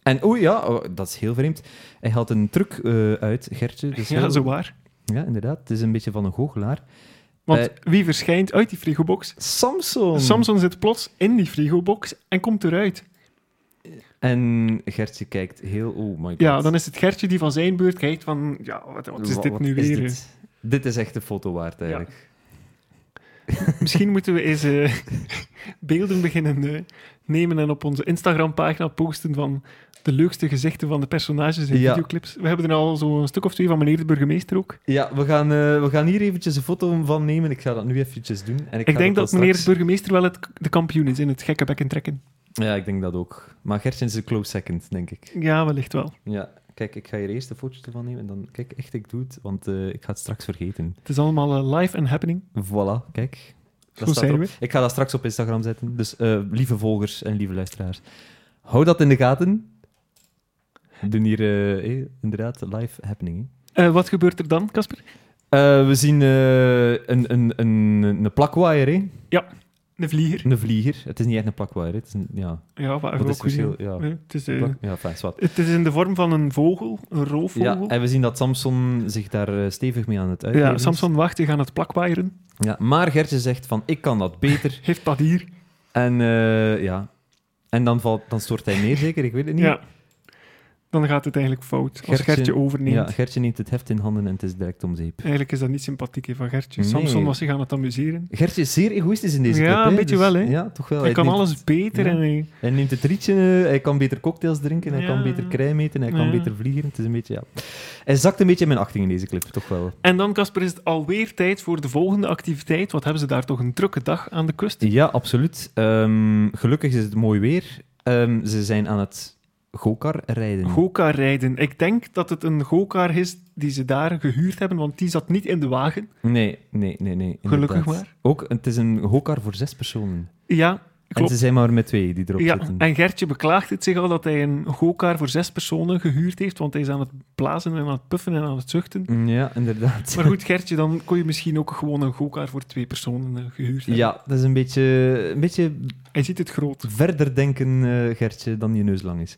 A: en oei, ja, oh, dat is heel vreemd. Hij haalt een truc eh, uit, Gertje. Dus
B: ja,
A: heel-
B: zo waar.
A: ja, inderdaad. Het is een beetje van een goochelaar.
B: Want
A: Eh,
B: wie verschijnt uit die frigobox?
A: Samson!
B: Samson zit plots in die frigobox en komt eruit.
A: En Gertje kijkt heel... Oh my god.
B: Ja, dan is het Gertje die van zijn beurt kijkt van... Ja, wat, wat is
A: Wa-
B: dit
A: wat
B: nu
A: is
B: weer?
A: dit? Dit is echt de foto waard, eigenlijk.
B: Misschien moeten we eens eh, beelden beginnen eh, nemen en op onze Instagram-pagina posten van de leukste gezichten van de personages in
A: Ja.
B: videoclips. We hebben er al zo'n stuk of twee van meneer de burgemeester ook. Ik,
A: Ja, we gaan, eh, we gaan hier eventjes een foto van nemen. Ik ga dat nu eventjes doen. En ik ga
B: denk
A: dan
B: dat meneer de
A: straks-
B: burgemeester wel het, de kampioen is in het gekke bekken trekken.
A: Ja, ik denk dat ook. Maar Gertje is een close second, denk ik.
B: Ja, wellicht wel.
A: Ja, kijk, ik ga hier eerst een fotootje van nemen. En dan, kijk, echt, ik doe het, want eh, ik ga het straks vergeten.
B: Het is allemaal eh, live en happening.
A: Voilà, kijk. Dat
B: Zo
A: staat
B: zijn
A: erop.
B: we.
A: Ik ga dat straks op Instagram zetten. Dus eh, lieve volgers en lieve luisteraars, hou dat in de gaten. We doen hier eh, eh, inderdaad live happening. hè.
B: Eh, wat gebeurt er dan, Casper?
A: Eh, we zien eh, een, een, een, een plakwaaier, hè?
B: De vlieger.
A: een vlieger. Het is niet echt een plakwaaier, hè. het is een, ja,
B: Ja, wat,
A: Wat is
B: ook
A: het
B: gezien.
A: verschil? Ja.
B: Nee, het, is, eh,
A: plak, ja, fijn, zwart.
B: het is in de vorm van een vogel, een roofvogel.
A: Ja,
B: Ja,
A: en we zien dat Samson zich daar eh, stevig mee aan het uitleven is.
B: Samson wacht, je gaat het plakwaaieren.
A: Ja, maar Gertje zegt van, ik kan dat beter.
B: Heeft dat hier.
A: en eh, ja, en dan, valt, dan stort hij neer zeker, ik weet het niet.
B: Ja. Dan gaat het eigenlijk fout. Als
A: Gertje-
B: Gertje overneemt.
A: Ja, Gertje neemt het heft in handen en het is direct om zeep.
B: Eigenlijk is dat niet sympathiek hè, van Gertje.
A: Nee.
B: Samson was zich aan het amuseren.
A: Gertje is zeer egoïstisch in deze
B: Ja,
A: clip. dus
B: een beetje wel, hè.
A: Ja, toch wel.
B: hij kan
A: neemt,
B: alles beter
A: Ja.
B: en hij-
A: hij neemt het rietje, eh, hij kan beter cocktails drinken, hij
B: Ja.
A: kan beter crème eten, hij kan
B: Ja.
A: beter vliegen. Het is een beetje, ja. Hij zakt een beetje in mijn achting in deze clip, toch wel.
B: En dan, Casper, is het alweer tijd voor de volgende activiteit. Wat hebben ze daar toch een drukke dag aan de kust?
A: Ja, absoluut. Ehm, gelukkig is het mooi weer. Ehm, ze zijn aan het gokar rijden.
B: Gokar rijden. Ik denk dat het een gokar is die ze daar gehuurd hebben, want die zat niet in de wagen.
A: nee, nee, nee, nee.
B: Gelukkig
A: inderdaad.
B: maar.
A: Ook, het is een gokar voor zes personen.
B: Ja,
A: En
B: klopt.
A: ze zijn maar met twee die erop
B: Ja,
A: zitten.
B: en Gertje beklaagt het zich al dat hij een gokar voor zes personen gehuurd heeft, want hij is aan het blazen en aan het puffen en aan het zuchten.
A: Ja, inderdaad.
B: Maar goed, Gertje, dan kon je misschien ook gewoon een gokar voor twee personen eh, gehuurd hebben.
A: Ja, dat is een beetje, een beetje
B: Hij ziet het groot.
A: verder denken, eh, Gertje, dan je neus lang is.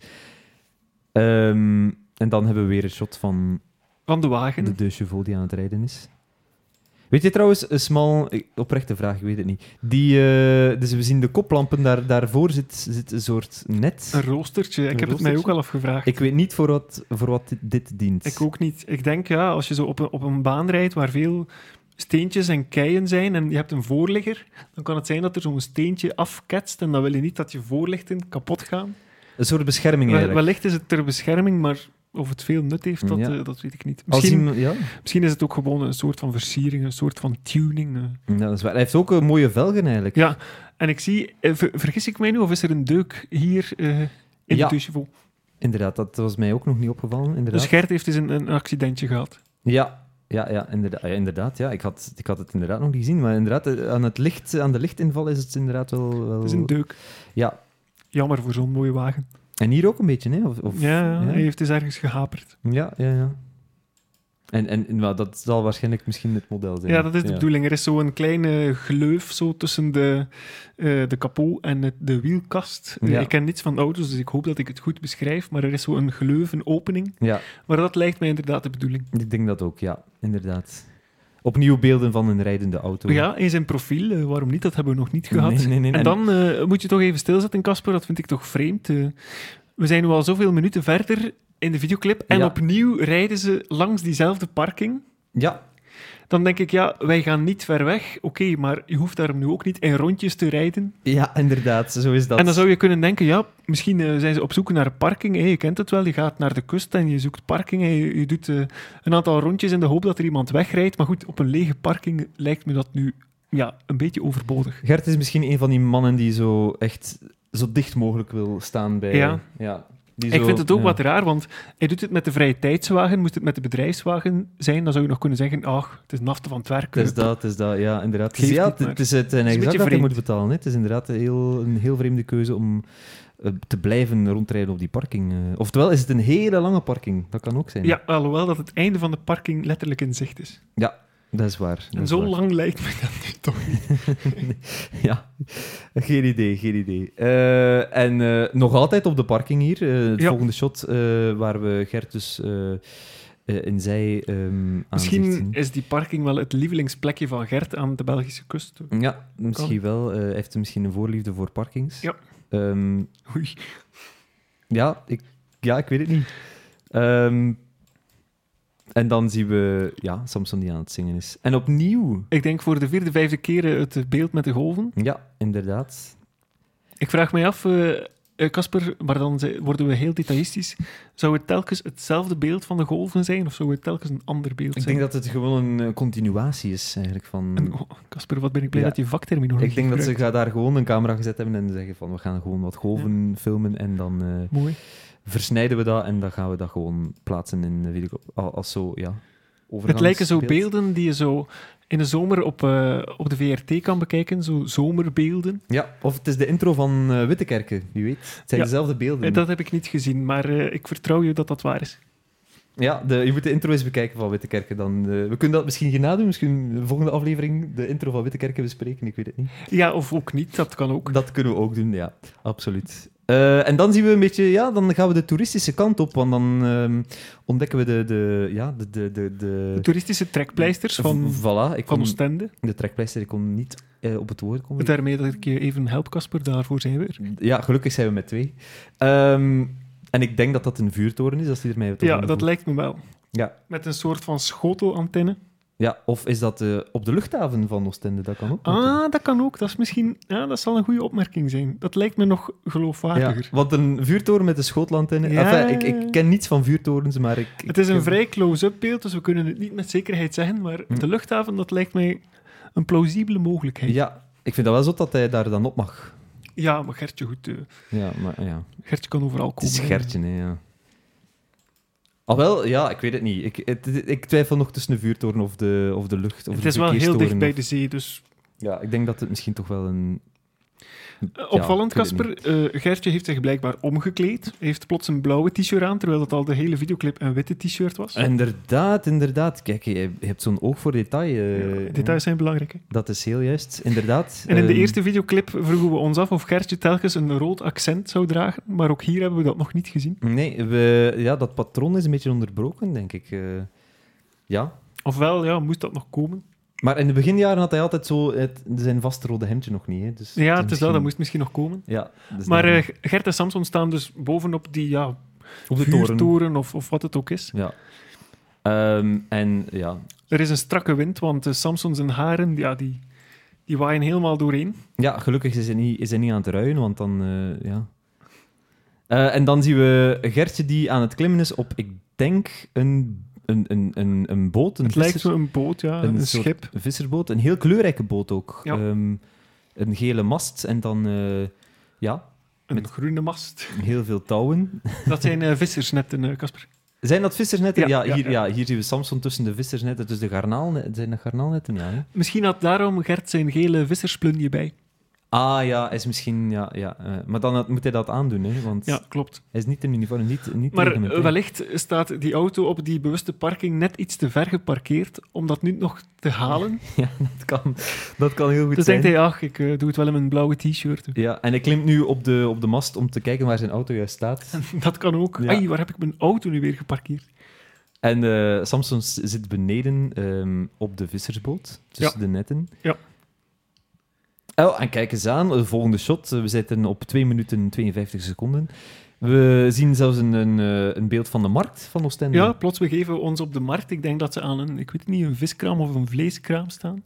A: Ehm, en dan hebben we weer een shot van
B: Van de wagen.
A: de De Chauveau die aan het rijden is. Weet je trouwens, een smal, ik- oprechte vraag, ik weet het niet. Die, eh, dus we zien de koplampen, daar, daarvoor zit, zit een soort
B: Een
A: net.
B: roostertje. Ik
A: Een
B: heb het mij ook
A: roostertje?
B: al afgevraagd. Ik,
A: Ik weet niet voor wat, voor wat dit- dit dient.
B: ook niet. Ik denk, ja, als je zo op een, op een baan rijdt waar veel steentjes en keien zijn en je hebt een voorligger, dan kan het zijn dat er zo'n steentje afketst en dan wil je niet dat je voorlichten kapot gaan.
A: Een soort bescherming
B: Wel-
A: eigenlijk.
B: Wellicht is het ter bescherming, maar of het veel nut heeft, dat,
A: Ja.
B: eh, dat weet ik niet.
A: Als
B: Misschien,
A: iemand- ja?
B: misschien is het ook gewoon een soort van versiering, een soort van tuning. eh.
A: ja, dat is waar. Hij heeft ook een mooie velgen eigenlijk.
B: Ja, en ik zie, eh, ver- vergis ik mij nu, of is er een deuk hier eh, in
A: Ja.
B: de douchevol?
A: Inderdaad, dat was mij ook nog niet opgevallen. Inderdaad.
B: Dus Gert heeft eens een, een accidentje gehad.
A: Ja, ja, ja inderdaad. Ja, inderdaad ja. Ik, had, ik had het inderdaad nog niet gezien, maar inderdaad, eh, aan, het licht, aan de lichtinval is het inderdaad wel... wel...
B: Het is een deuk.
A: Oh. Ja.
B: Jammer voor zo'n mooie wagen.
A: En hier ook een beetje, hè? Of, of...
B: ja,
A: ja.
B: hij heeft dus ergens gehaperd.
A: Ja, ja, ja. En, en en, nou, dat zal waarschijnlijk misschien het model zijn.
B: Ja, dat is de bedoeling. Er is zo'n kleine gleuf zo tussen de, eh, de kapot en het- de wielkast. Eh,
A: Ja.
B: ik ken niets van auto's, dus ik hoop dat ik het goed beschrijf. Maar er is zo'n gleuf, een opening.
A: Ja,
B: Maar dat lijkt mij inderdaad de bedoeling.
A: ik denk dat ook, ja. Inderdaad. Opnieuw beelden van een rijdende auto.
B: Ja, in zijn profiel, eh, waarom niet? Dat hebben we nog niet gehad.
A: Nee, nee, nee,
B: En
A: en-
B: dan eh, moet je toch even stilzetten, Casper. Dat vind ik toch vreemd. eh. we zijn nu al zoveel minuten verder in de videoclip. En
A: Ja.
B: opnieuw rijden ze langs diezelfde parking.
A: Ja,
B: Dan denk ik, ja, wij gaan niet ver weg. Oké, maar je hoeft daar nu ook niet in rondjes te rijden.
A: ja, inderdaad. Zo is dat.
B: En dan zou je kunnen denken, ja, misschien eh, zijn ze op zoek naar parking. Hé, je kent het wel, je gaat naar de kust en je zoekt parking. Hé, je, je doet eh, een aantal rondjes in de hoop dat er iemand wegrijdt. Maar goed, op een lege parking lijkt me dat nu ja, een beetje overbodig.
A: Gert is misschien een van die mannen die zo echt zo dicht mogelijk wil staan bij...
B: Ja.
A: ja. Die
B: Ik
A: zo-
B: vind het ook
A: ja.
B: wat raar, want hij doet het met de vrije tijdswagen. Moest het met de bedrijfswagen zijn, dan zou je nog kunnen zeggen, ach, het is een afte van het werk.
A: Het is dat, het is dat, ja, inderdaad. Het is,
B: Geeft
A: ja,
B: niet,
A: het,
B: maar
A: het is het, een
B: beetje
A: exact dat je
B: vreemd.
A: moet betalen. Hè. Het is inderdaad een heel, een heel vreemde keuze om eh, te blijven rondrijden op die parking. eh. Oftewel is het een hele lange parking. Dat kan ook zijn.
B: Ja, alhoewel dat het einde van de parking letterlijk in zicht is.
A: Dat is waar. dat
B: en
A: is
B: zo
A: waar.
B: lang lijkt me dat nu toch niet.
A: Ja, geen idee, geen idee. Eh, en eh, nog altijd op de parking hier. eh, het
B: Ja.
A: volgende shot eh, waar we Gert dus eh, eh, in zij ehm aanzicht
B: Misschien
A: zien.
B: is die parking wel het lievelingsplekje van Gert aan de Belgische kust.
A: Ja, misschien wel. Eh, Hij heeft misschien een voorliefde voor parkings.
B: Ja.
A: Ehm,
B: Oei.
A: Ja, ik, ja, ik weet het niet. Ehm, en dan zien we ja, Samson die aan het zingen is. En opnieuw.
B: Ik denk voor de vierde, vijfde keer eh, het beeld met de golven.
A: Ja, inderdaad.
B: Ik vraag mij af, eh, eh, Casper, maar dan ze- worden we heel detailistisch. Zou het telkens hetzelfde beeld van de golven zijn, of zou het telkens een ander beeld
A: Ik
B: zijn?
A: denk dat het gewoon een eh, continuatie is eigenlijk van...
B: En, oh, Casper, wat ben ik blij
A: Ja.
B: dat je vakterminologie
A: ik denk dat ze
B: gebruikt.
A: ga- daar gewoon een camera gezet hebben en zeggen van we gaan gewoon wat golven filmen en dan eh,
B: Mooi.
A: versnijden we dat en dan gaan we dat gewoon plaatsen in de video. al- Als zo, ja.
B: Het lijken zo
A: overgangsbeeld.
B: beelden die je zo in de zomer op, eh, op de VRT kan bekijken, zo zomerbeelden.
A: Ja, of het is de intro van eh Wittekerken, wie weet. Het zijn
B: Ja.
A: dezelfde beelden.
B: Eh, Dat heb ik niet gezien, maar eh, ik vertrouw je dat dat waar is.
A: Ja, de, je moet de intro eens bekijken van Wittekerken. Dan, eh, we kunnen dat misschien gaan nadoen. Misschien de volgende aflevering de intro van Wittekerken bespreken. Ik weet het niet.
B: Ja, of ook niet, dat kan ook.
A: Dat kunnen we ook doen, ja. Absoluut. Eh, en dan zien we een beetje... Ja, dan gaan we de toeristische kant op. Want dan ehm, ontdekken we de... de ja, de... de, de, de-
B: De toeristische trekpleisters van,
A: V- voilà. Ik
B: van
A: kon,
B: Oostende.
A: de trekpleister, ik kon niet eh, op het woord komen.
B: Daarmee dat ik je even help, Casper, daarvoor zijn we er.
A: Ja, gelukkig zijn we met twee. Ehm, en ik denk dat dat een vuurtoren is, als die ermee...
B: Ja, dat lijkt me wel.
A: Ja.
B: Met een soort van schotelantenne.
A: ja, of is dat eh, op de luchthaven van Oostende? Dat kan ook. natuurlijk.
B: Ah, dat kan ook. Dat is misschien... Ja, dat zal een goede opmerking zijn. Dat lijkt me nog geloofwaardiger.
A: eh, Ja, want een vuurtoren met een schotland in.
B: Ja.
A: Enfin, ik, ik ken niets van vuurtorens, maar ik...
B: Het is een
A: ik-
B: vrij close-up beeld, dus we kunnen het niet met zekerheid zeggen, maar
A: Hm.
B: de luchthaven, dat lijkt mij een plausibele mogelijkheid. Ja,
A: Ja, ik vind dat wel zo dat hij daar dan op mag.
B: maar Gertje, goed. eh,
A: Ja, maar ja.
B: Gertje kan overal
A: Het
B: komen.
A: is
B: hè.
A: Gertje, hè, ja. Al wel, ja, ik weet het niet. Ik, het- het- ik twijfel nog tussen de vuurtoren of de, of de lucht. Of
B: Het
A: de
B: is wel heel
A: verkeerstoren
B: dicht bij
A: of-
B: de zee, dus...
A: Ja, ik denk dat het misschien toch wel een...
B: eh, Opvallend,
A: ik weet het
B: Casper. eh, Gertje heeft zich blijkbaar omgekleed. Hij heeft plots een blauwe t-shirt aan, terwijl dat al de hele videoclip een witte t-shirt was.
A: Inderdaad, inderdaad. Kijk, je, je hebt zo'n oog voor detail. eh,
B: Ja, details zijn belangrijk, hè.
A: Dat is heel juist, inderdaad.
B: En in de
A: Ehm,
B: eerste videoclip vroegen we ons af of Gertje telkens een rood accent zou dragen, maar ook hier hebben we dat nog niet gezien.
A: Nee, we, ja, dat patroon is een beetje onderbroken, denk ik. Eh, ja.
B: Ofwel, ja, moest dat nog komen?
A: Maar in de beginjaren had hij altijd zo het, zijn vaste rode hemdje nog niet. Hè. Dus
B: Ja, het is
A: misschien-
B: dat, dat moest misschien nog komen.
A: Ja, dus
B: Maar
A: dan-
B: eh, Gert en Samson staan dus bovenop die ja,
A: op
B: vuurtoren of, of wat het ook is.
A: Ja. Ehm, en ja,
B: Er is een strakke wind, want eh, Samson zijn haren ja, die, die waaien helemaal doorheen.
A: ja, gelukkig is hij, niet, is hij niet aan het ruien, want dan. eh, ja. Eh, en dan zien we Gertje die aan het klimmen is op, ik denk, een, een, een, een, een boot. Een
B: het lijkt
A: visser-
B: zo een boot, ja, een,
A: een soort-
B: schip.
A: Een visserboot, een heel kleurrijke boot ook.
B: Ja.
A: Ehm, een gele mast en dan eh, ja,
B: Een
A: met-
B: groene mast.
A: heel veel touwen.
B: Dat zijn eh, vissersnetten, eh, Casper.
A: Zijn dat vissersnetten?
B: Ja,
A: Ja,
B: ja,
A: hier,
B: ja.
A: ja. hier zien we Samson tussen de vissersnetten, dus de garnaalnetten. Zijn dat garnaalnetten? Ja, hè?
B: Misschien had daarom Gert zijn gele vissersplunje bij.
A: Ah ja, is misschien... Ja, ja, eh, maar dan had- moet hij dat aandoen, hè, want
B: Ja, klopt.
A: hij is niet in uniform, niet, niet
B: Maar
A: reglementair.
B: eh, wellicht staat die auto op die bewuste parking net iets te ver geparkeerd om dat nu nog te halen.
A: Dat kan, dat kan heel goed
B: dus
A: zijn.
B: denkt hij, ach, ik eh, doe het wel in mijn blauwe t-shirt.
A: Ja, en hij klimt nu op de, op de mast om te kijken waar zijn auto juist staat.
B: Dat kan ook.
A: Ja. Hmm.
B: Ai, waar heb ik mijn auto nu weer geparkeerd?
A: En eh Samson s- zit beneden ehm, op de vissersboot, tussen de netten.
B: Ja.
A: Oh, en kijk eens aan, de volgende shot. Eh, We zitten op 2 minuten 52 seconden. We zien zelfs een, een, eh, een beeld van de markt van Oostende.
B: Ja, plots begeven we ons op de markt. Ik denk dat ze aan een, ik weet het niet, een viskraam of een vleeskraam staan.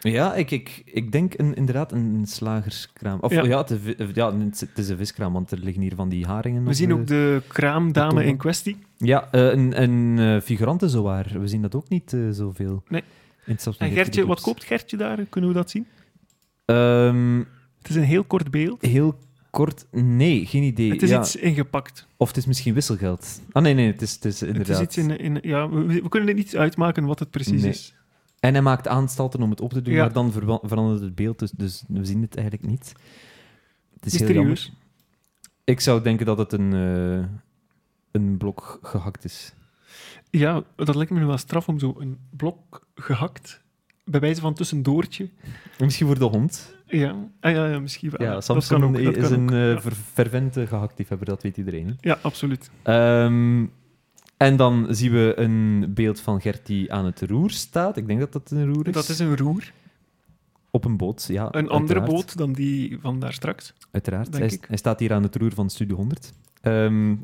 A: Ja, ik, ik, ik denk een, inderdaad een slagerskraam. Of
B: Ja.
A: ja, het, is vi- ja het is- het is een viskraam, want er liggen hier van die haringen.
B: We
A: op
B: zien
A: de-
B: ook de kraamdame
A: Tom.
B: in kwestie.
A: Ja, eh, een, een eh, figurante zowaar. We zien dat ook niet eh, zoveel.
B: Nee.
A: In het Samson
B: En
A: Gert
B: Gertje, wat
A: videoclips.
B: koopt Gertje daar? Kunnen we dat zien?
A: Ehm,
B: Het is een heel kort beeld.
A: heel kort? Nee, geen idee.
B: Het is
A: ja.
B: iets ingepakt.
A: Of het is misschien wisselgeld. Ah, nee, nee, het is, het is inderdaad.
B: Het is iets in, in, ja, we, we kunnen er niet uitmaken wat het precies
A: Nee.
B: is.
A: En hij maakt aanstalten om het op te doen,
B: Ja.
A: maar dan verwa- verandert het beeld, dus, dus we zien het eigenlijk niet. Het is heel jammer.
B: Mysterieus.
A: Ik zou denken dat het een, eh, een blok gehakt is.
B: Ja, dat lijkt me nu wel straf om zo een blok gehakt, bij wijze van tussendoortje.
A: En Misschien voor de hond.
B: Ja, ah, ja, ja misschien wel.
A: Ja,
B: Dat
A: Samson
B: kan ook, dat
A: is
B: kan
A: een
B: ook,
A: eh,
B: ja.
A: ver- fervente gehaktliefhebber, dat weet iedereen.
B: Ja, absoluut.
A: Ehm, en dan zien we een beeld van Gert die aan het roer staat. Ik denk dat dat een roer is.
B: Dat is een roer.
A: Op een boot, ja.
B: Een andere
A: uiteraard.
B: boot dan die van daar straks.
A: Uiteraard.
B: denk
A: Hij,
B: ik.
A: hij staat hier aan het roer van Studio 100. Ehm,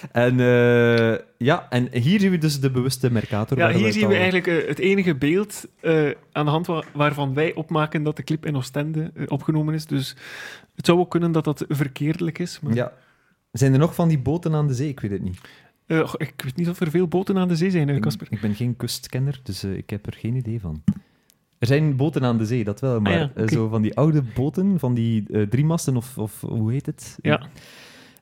A: en, eh, ja, en hier zien we dus de bewuste Mercator.
B: Ja,
A: waar
B: hier
A: het
B: zien we
A: al-
B: eigenlijk eh, het enige beeld eh, aan de hand wa- waarvan wij opmaken dat de clip in Oostende eh, opgenomen is. Dus het zou ook kunnen dat dat verkeerdelijk is. Maar,
A: Ja. Zijn er nog van die boten aan de zee? Ik weet het niet.
B: Eh, goh, ik weet niet of er veel boten aan de zee zijn, eh,
A: Ik,
B: Casper.
A: ik ben geen kustkenner, dus eh, ik heb er geen idee van. Er zijn boten aan de zee, dat wel, maar
B: Ah, ja,
A: eh,
B: oké.
A: zo van die oude boten, van die eh, driemasten of, of hoe heet het?
B: Ja.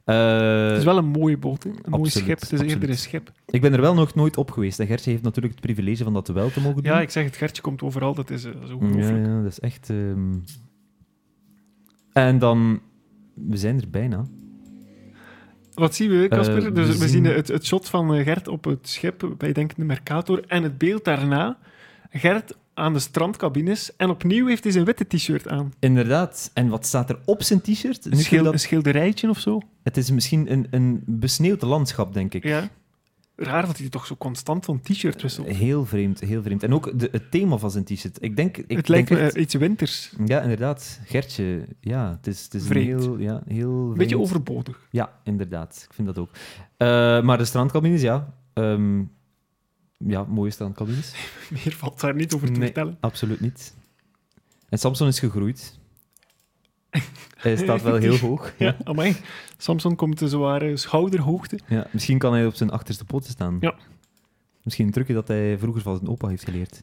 A: Eh,
B: het is wel een mooie boot, hè. een mooi
A: absoluut,
B: schip. Het is
A: absoluut.
B: eerder een schip.
A: Ik ben er wel nog nooit op geweest. En Gertje heeft natuurlijk het privilege van dat wel te mogen doen.
B: Ja, ik zeg het, Gertje komt overal, dat is, eh, dat is
A: Ja,
B: ongelooflijk.
A: ja, dat is echt. ehm. En dan. We zijn er bijna.
B: Wat zien we, Casper?
A: Eh,
B: dus
A: we
B: we,
A: zien-
B: zien eh, het, het shot van eh, Gert op het schip bij Denkende Mercator en het beeld daarna. Gert aan de strandcabines en opnieuw heeft hij zijn witte t-shirt aan.
A: Inderdaad. En wat staat er op zijn t-shirt? Nu
B: Een, schil-
A: dat-
B: een schilderijtje of zo.
A: Het is misschien een, een besneeuwd landschap, denk ik.
B: Ja. Raar dat hij toch zo constant van t-shirt wisselt.
A: Heel vreemd, heel vreemd. En ook de, het thema van zijn t-shirt. Ik denk. Ik
B: het lijkt
A: denk
B: me
A: echt-
B: eh, iets winters.
A: Ja, inderdaad. Gertje, ja. Het is, het is een
B: Vreemd.
A: heel. Ja, heel
B: Een beetje
A: vreemd-
B: overbodig.
A: Ja, inderdaad. Ik vind dat ook. Eh, maar de strandcabines, ja. Ehm, ja, mooie strandcabines.
B: Meer valt daar niet over te
A: Nee.
B: vertellen.
A: Absoluut niet. En Samson is gegroeid. Hij staat wel heel hoog. Ja.
B: Ja, amai. Samson komt de zware schouderhoogte.
A: Ja, misschien kan hij op zijn achterste poten staan.
B: Ja.
A: Misschien een trucje dat hij vroeger van zijn opa heeft geleerd.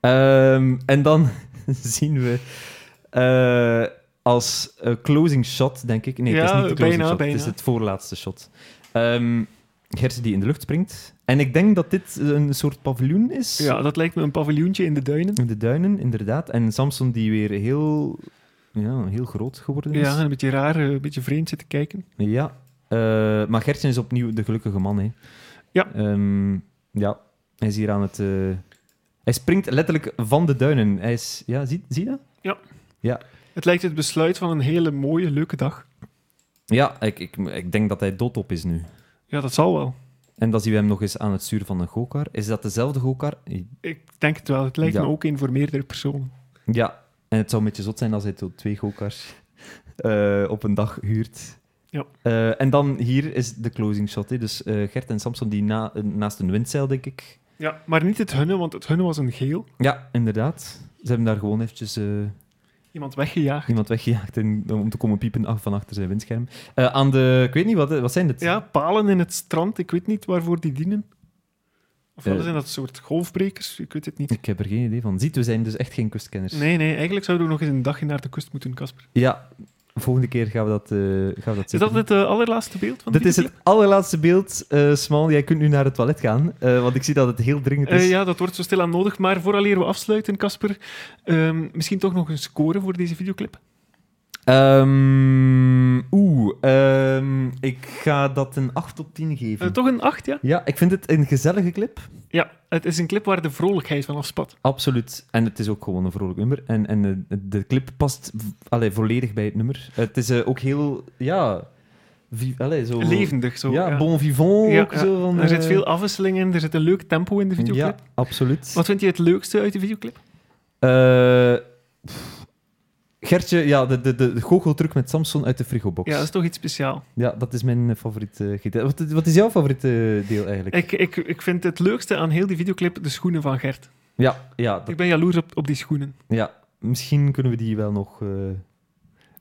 A: Ehm, en dan zien we eh, als eh, closing shot, denk ik. Nee, het is
B: Ja,
A: niet de closing shot.
B: bijna,
A: Het
B: bijna.
A: is het voorlaatste shot. Ehm Gertsen die in de lucht springt. En ik denk dat dit een soort paviljoen is.
B: Ja, dat lijkt me een paviljoentje in de duinen.
A: In de duinen, inderdaad. En Samson die weer heel, ja, heel groot geworden is.
B: Ja, een beetje raar, eh, een beetje vreemd zitten kijken.
A: Ja. Eh, maar Gertje is opnieuw de gelukkige man. Hè.
B: Ja.
A: Ehm, ja. Hij is hier aan het... eh, Hij springt letterlijk van de duinen. Hij is... Ja, zie, zie je dat?
B: Het lijkt het besluit van een hele mooie, leuke dag.
A: Ja, ik, ik, ik denk dat hij doodop is nu.
B: Ja, dat zal wel.
A: En dan zien we hem nog eens aan het sturen van een gokar. Is dat dezelfde gokar?
B: Ik denk het wel. Het lijkt
A: Ja.
B: me ook een voor meerdere personen.
A: Ja. En het zou een beetje zot zijn als hij tot twee gokars eh, op een dag huurt.
B: Ja.
A: Eh, en dan hier is de closing shot. Hè. Dus eh, Gert en Samson die na, eh, naast een windzeil, denk ik,
B: Ja, maar niet het hunne, want het hunne was een geel.
A: Ja, inderdaad. Ze hebben daar gewoon eventjes eh,
B: Iemand weggejaagd.
A: iemand weggejaagd in- om te komen piepen af- van achter zijn windscherm. Eh, aan de, ik weet niet, wat, eh, wat zijn dit?
B: Ja, palen in het strand. Ik weet niet waarvoor die dienen. Of wel
A: Eh.
B: zijn dat soort golfbrekers? Ik weet het niet.
A: Ik heb er geen idee van. Ziet, we zijn dus echt geen kustkenners.
B: Nee, nee, eigenlijk zouden we nog eens een dagje naar de kust moeten, Casper.
A: Ja, volgende keer gaan we dat, eh gaan we dat
B: Is dat
A: zeker
B: het eh, allerlaatste beeld van
A: doen. Dit
B: die
A: is het allerlaatste beeld. eh Smal, jij kunt nu naar het toilet gaan, eh, want ik zie dat het heel dringend
B: clip?
A: is.
B: Eh, ja, dat wordt zo stilaan nodig. Maar vooraleer we afsluiten, Casper, ehm, misschien toch nog een score voor deze videoclip?
A: Ehm, Oeh, ehm, ik ga dat een 8 op 10 geven.
B: Eh, toch een 8, ja?
A: Ja, ik vind het een gezellige clip.
B: Ja, het is een clip waar de vrolijkheid van afspat.
A: Absoluut. En het is ook gewoon een vrolijk nummer. En, en eh, de, clip past v- allee, volledig bij het nummer. Het is eh, ook heel, ja... vi- allee, zo,
B: Levendig, zo.
A: ja, bon vivant
B: Ja,
A: ook.
B: ja.
A: Zo, van,
B: Er zit
A: eh,
B: veel afwisseling in, er zit een leuk tempo in de videoclip.
A: Ja, absoluut.
B: Wat vind je het leukste uit de videoclip?
A: Eh, pff. Gertje, ja, de, de, de, de goocheltruc met Samson uit de frigobox.
B: Ja, dat is toch iets speciaals.
A: Ja, dat is mijn eh, favoriete gitaar. Wat, wat is jouw favoriete eh, deel eigenlijk?
B: Ik, ik, ik vind het leukste aan heel die videoclip de schoenen van Gert.
A: Ja, ja, dat-
B: Ik ben jaloers op, op die schoenen.
A: ja, misschien kunnen we die wel nog... eh,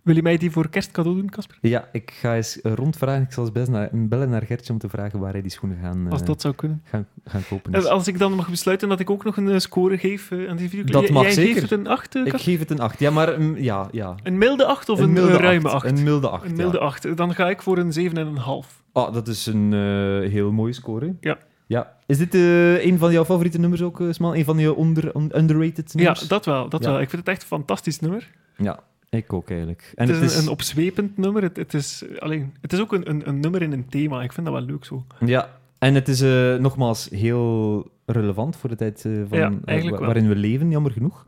B: Wil je mij die voor kerst cadeau doen, Casper?
A: Ja, ik ga eens eh, rondvragen. Ik zal eens best naar, bellen naar Gertje om te vragen waar hij die schoenen gaan, eh,
B: Als dat Eh, zou kunnen.
A: gaan, gaan kopen.
B: En
A: is.
B: als ik dan mag besluiten dat ik ook nog een eh, score geef eh, aan die video.
A: Dat
B: Jij-
A: mag
B: Jij
A: zeker.
B: geeft het een 8,
A: Ik geef het een 8. Ja, maar mm, ja, ja.
B: Een milde 8 of een, eh,
A: milde
B: ruime 8?
A: acht. Een milde 8.
B: Een milde 8. Dan ga ik voor een 7,5.
A: Ah, dat is een eh, heel mooie score. hè?
B: Ja.
A: ja. Is dit eh, een van jouw favoriete nummers ook, eh, Smal? Een van je onder, un- underrated
B: Ja,
A: nummers?
B: dat wel. Dat
A: Ja.
B: wel. Ik vind het echt een fantastisch nummer.
A: Ja, ik ook eigenlijk. En
B: het, is een, een opzwepend nummer. Het, het, is, eh, alleen, het is ook een, een, een nummer in een thema. Ik vind dat wel leuk zo.
A: Ja, en het is eh, nogmaals heel relevant voor de tijd eh, van,
B: Ja,
A: eh,
B: eigenlijk
A: wa-
B: wel.
A: waarin we leven, jammer genoeg.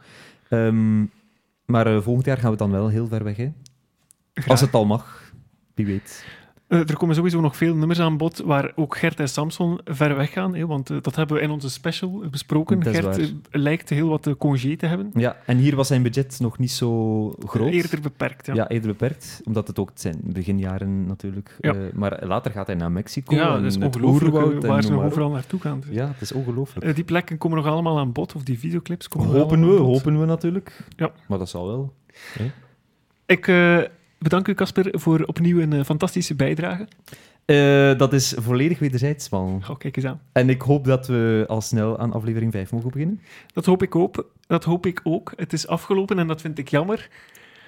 A: Ehm, maar eh, volgend jaar gaan we dan wel heel ver weg, hè? Als het al mag, wie weet.
B: Eh, er komen sowieso nog veel nummers aan bod waar ook Gert en Samson ver weg gaan. Hè, want eh, dat hebben we in onze special eh, besproken.
A: Dat is
B: Gert
A: waar.
B: eh, lijkt heel wat eh, congé te hebben.
A: Ja, en hier was zijn budget nog niet zo groot.
B: Eerder beperkt. Ja,
A: Ja, eerder beperkt, omdat het ook het zijn beginjaren natuurlijk.
B: Ja.
A: Eh, maar later gaat hij naar Mexico.
B: ja
A: en
B: dat is
A: het
B: ongelooflijk eh,
A: oerwoud en
B: waar ze
A: noem
B: nog
A: maar op.
B: overal naartoe gaan. Dus,
A: Ja, het is ongelooflijk.
B: eh, die plekken komen nog allemaal aan bod, of die videoclips komen nog
A: hopen
B: allemaal
A: we,
B: aan bod.
A: hopen we natuurlijk.
B: Ja.
A: Maar dat zal wel.
B: Ik eh, bedank u, Casper, voor opnieuw een eh, fantastische bijdrage.
A: Eh, dat is volledig wederzijds, man.
B: Oh, kijk eens aan.
A: En ik hoop dat we al snel aan aflevering 5 mogen beginnen.
B: Dat hoop ik ook. Dat hoop ik ook. Het is afgelopen en dat vind ik jammer.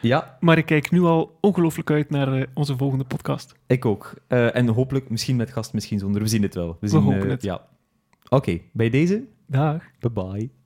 A: Ja,
B: Maar ik kijk nu al ongelooflijk uit naar eh, onze volgende podcast.
A: ik ook. Eh, en hopelijk, misschien eh, met gast, misschien zonder. We zien het wel. We, zien,
B: hopen
A: eh,
B: het.
A: Ja. Oké, bij deze.
B: Dag.
A: Bye bye.